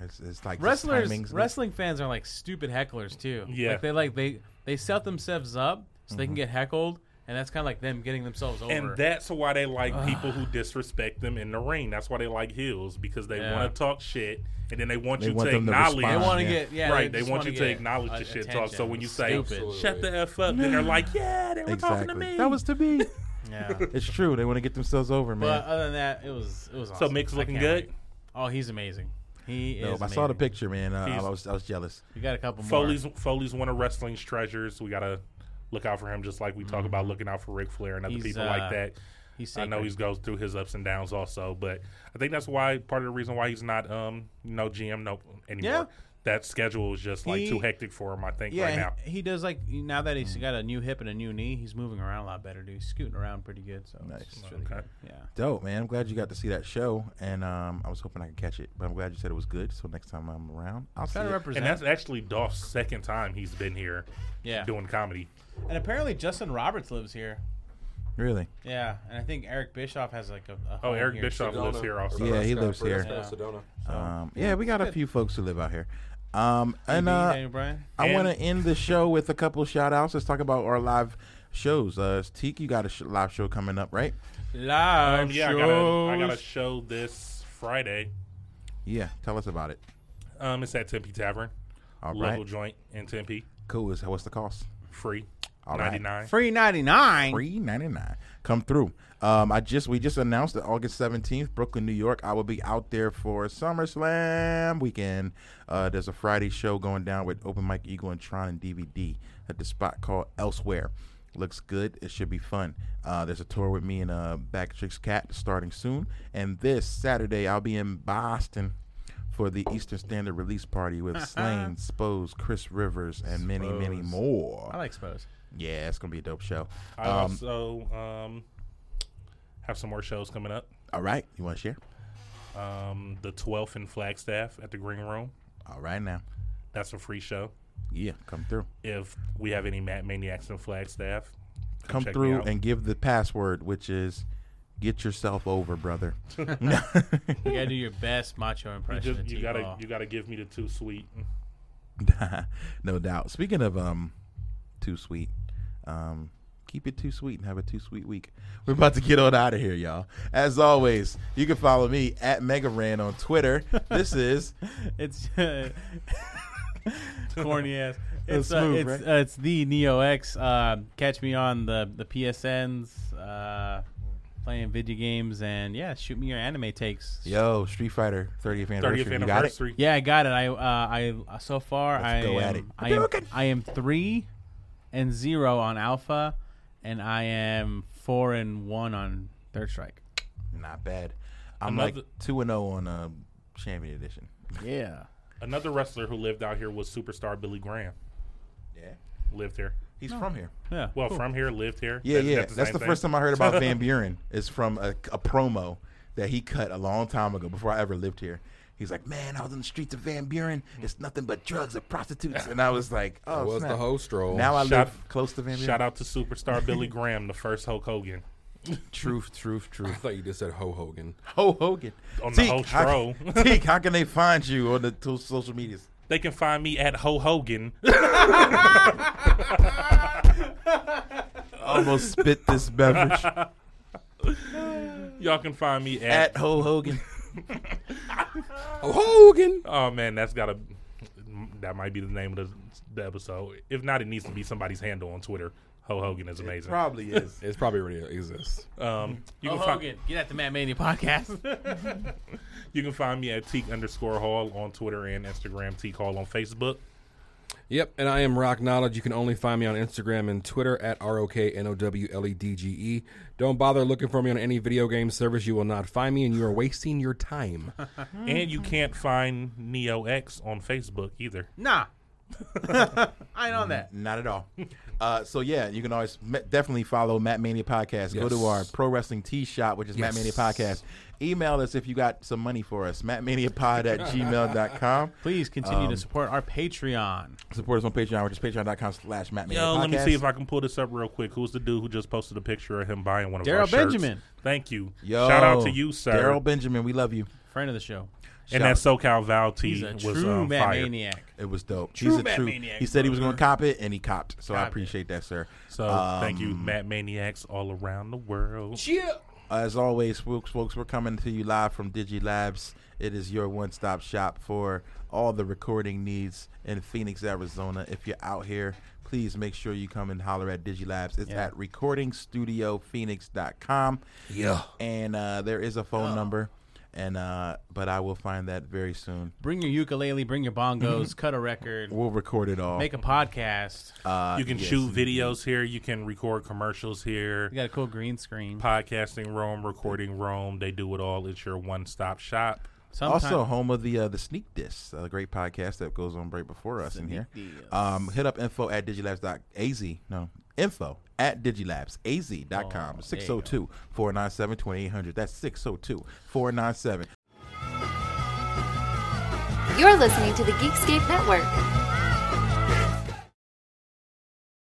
It's, it's like just
wrestlers.
timings.
Wrestling fans are like stupid hecklers too.
Yeah.
like, they like they they set themselves up so
Mm-hmm.
they can get heckled, and that's kind of like them getting themselves over.
And that's why they like people who disrespect them in the ring. That's why they like heels because they
Yeah.
want to talk shit and then they want
They
you
want
to
them to
acknowledge.
they
respond.
want to
Yeah.
get yeah.
right, they,
just
want
wanna
you to
get,
acknowledge
uh,
the shit talk. So
attention.
when you say
Stupid.
"shut the f up," then they're like, "Yeah, they were talking to
Exactly.
me."
That was to be.
yeah.
it's true. They want to get themselves over,
But
man.
other than that, it was it was.
so
Awesome.
Mick's
I
looking
can't
good.
wait. Oh, he's amazing. He
No,
is.
I saw the
amazing.
picture, man. Uh, I
He's-
was I was jealous.
You got a couple more.
Foley's Foley's one of wrestling's treasures. We gotta look out for him, just like we talk about looking out for Ric Flair and other
Mm-hmm. He's,
people
uh,
like that.
He's
I know
sacred.
he's goes through his ups and downs also, but I think that's why part of the reason why he's not um no GM no anymore.
Yeah.
That schedule is just like
He-
too hectic for him. I think
Yeah,
right now. Mm.
He, he does like now that he's got a new hip and a new knee, he's moving around a lot better, dude. He's scooting around pretty good. So it's-
Nice.
it's really
Okay.
good. Yeah.
Dope, man. I'm glad you got to see that show, and um, I was hoping I could catch it, but I'm glad you said it was good. So next time I'm around, I'll see
Trying to
it.
represent.
And that's actually Dolph's second time he's been here
yeah.
doing comedy.
And apparently Justin Roberts lives here.
Really?
Yeah. And I think Eric Bischoff has like a, a
Oh,
home
Eric
here,
Bischoff
too.
lives here also.
Yeah, he
Prescott,
lives here.
Prescott, Sedona.
Um, yeah, we got a few folks who live out here. Um, and
Daniel
uh,
Bryan.
I
And-
want to end the show with a couple shout outs. Let's talk about our live shows. Uh, Teek, you got a sh- live show coming up, right?
Live
Um, yeah, I got a, I got a show this Friday.
Yeah, tell us about it.
Um, it's at Tempe Tavern,
All right.
local joint in Tempe,
Cool. Is what's the cost?
free,
All right.
ninety nine.
free ninety nine.
Three ninety nine. Come through. Um, I just we just announced that August seventeenth, Brooklyn, New York. I will be out there for SummerSlam weekend. Uh, there's a Friday show going down with Open Mike Eagle and Tron and DVD at the spot called Elsewhere. Looks good. It should be fun. Uh, there's a tour with me and uh, Backtricks Cat starting soon. And this Saturday, I'll be in Boston for the Eastern Standard release party with Slane, Spose, Chris Rivers, and many, many more.
I like Spose.
yeah, it's gonna be a dope show. Um,
I also um, have some more shows coming up.
All right, you want to share?
Um, the 12th in Flagstaff at the Green Room.
All right now,
That's a free show.
yeah, come through,
If we have any Matt Maniacs in Flagstaff,
come
check me
through,
out.
and give the password, which is "get yourself over, brother."
You gotta do your best macho
you,
impression.
just,
of
you gotta
T-Ball.
you gotta give me the two sweet.
no doubt. Speaking of um, too sweet, um, keep it too sweet and have a too sweet week. We're about to get on out of here, y'all. As always, you can follow me at Megaran on Twitter. This is
It's uh, corny ass. It's uh,
smooth,
it's,
right?
uh, it's the Neo X. Uh, catch me on the the PSNs. Uh, playing video games, and yeah, shoot me your anime takes.
Yo, Street Fighter 30th anniversary.
30th
You got it?
anniversary.
Yeah, I got it. I uh, I so far I
Let's go
am,
at it.
I am I am three and zero on Alpha, and I am four and one on Third Strike.
Not bad. I'm like
Another-
2 and 0 on uh, Champion Edition.
Yeah.
Another wrestler who lived out here was superstar Billy Graham.
Yeah.
Lived here.
He's from here.
Yeah.
Well, from here, lived here.
Yeah,
That-
yeah.
the
That's
same
the
thing?
first time I heard about Van Buren is from a, a promo that he cut a long time ago before I ever lived here. He's like, man, I was in the streets of Van Buren. It's nothing but drugs and prostitutes, and I was like, oh,
That was
snap.
the host stroll.
Now I
Shout-
live close to Van Buren.
Shout out to superstar Billy Graham, the first Hulk Hogan.
Truth, truth,
I
truth.
thought you just said Ho Hogan.
Ho Hogan
On the Ho
how,
Stroll.
Teak, how can they find you on the two social medias?
They can find me at Ho Hogan.
Almost spit this beverage
Y'all can find me at,
at Ho Hogan.
Ho Hogan.
Oh man, that's gotta. That might be the name of the, the episode. If not, it needs to be somebody's handle on Twitter. Ho Hogan is amazing.
Probably is.
It's probably already exists.
Um, you
Oh,
can find,
Hogan, get at the Matt Mania podcast.
You can find me at Teak underscore Hall on Twitter and Instagram, Teak Hall on Facebook.
Yep, and I am Rock Knowledge. You can only find me on Instagram and Twitter at R O K N O W L E D G E. Don't bother looking for me on any video game service. You will not find me, and you are wasting your time.
And
Mm-hmm.
you can't find Neo X on Facebook either.
nah. I ain't on that.
Not at all. Uh, so yeah, you can always me- definitely follow Matt Mania Podcast. Go to
Yes.
our Pro Wrestling T Shop, which is Matt Mania
Yes.
Podcast. Email us if you got some money for us. MattManiaPod at gmail.com.
Please continue
Um,
to support our Patreon.
Support us on Patreon, which is patreon.com slash Matt Mania
Yo,
Podcast.
let me see if I can pull this up real quick. Who's the dude who just posted a picture of him buying one of our
Daryl
shirts?
Benjamin.
Thank you.
Yo,
Shout out to you, sir.
Daryl Benjamin, we love you.
Friend of the show.
and that
Shout-
SoCal Val
He's
T
a
was
true
um,
Matt
fired.
Maniac.
It was dope.
True
He's a
Matt
true.
Maniac,
he said he was going
brother.
to cop it, and he copped. So I
Cop it.
appreciate that, sir.
So
Um,
thank you, Matt Maniacs all around the world.
As always, folks, folks, we're coming to you live from DigiLabs. It is your one-stop shop for all the recording needs in Phoenix, Arizona. If you're out here, please make sure you come and holler at DigiLabs. It's at recordingstudiophoenix.com.
Yeah.
And uh, there is a
Oh.
phone number, and uh, but I will find that very soon.
Bring your ukulele, bring your bongos,
Mm-hmm.
cut a record,
We'll record it all.
make a podcast.
uh,
you can
yes.
shoot videos here. You can record commercials here.
We got a cool green screen.
Podcasting Rome, recording Rome. They do it all. It's your one stop shop.
Sometime-
Also, home of the uh, the Sneak Discs, a great podcast that goes on right before us in here.
Discs.
Um, hit up info at digilabs.az. No, info at digilabsaz.com.
Oh,
602 497 2800. That's 602 497.
You're listening to the Geekscape Network.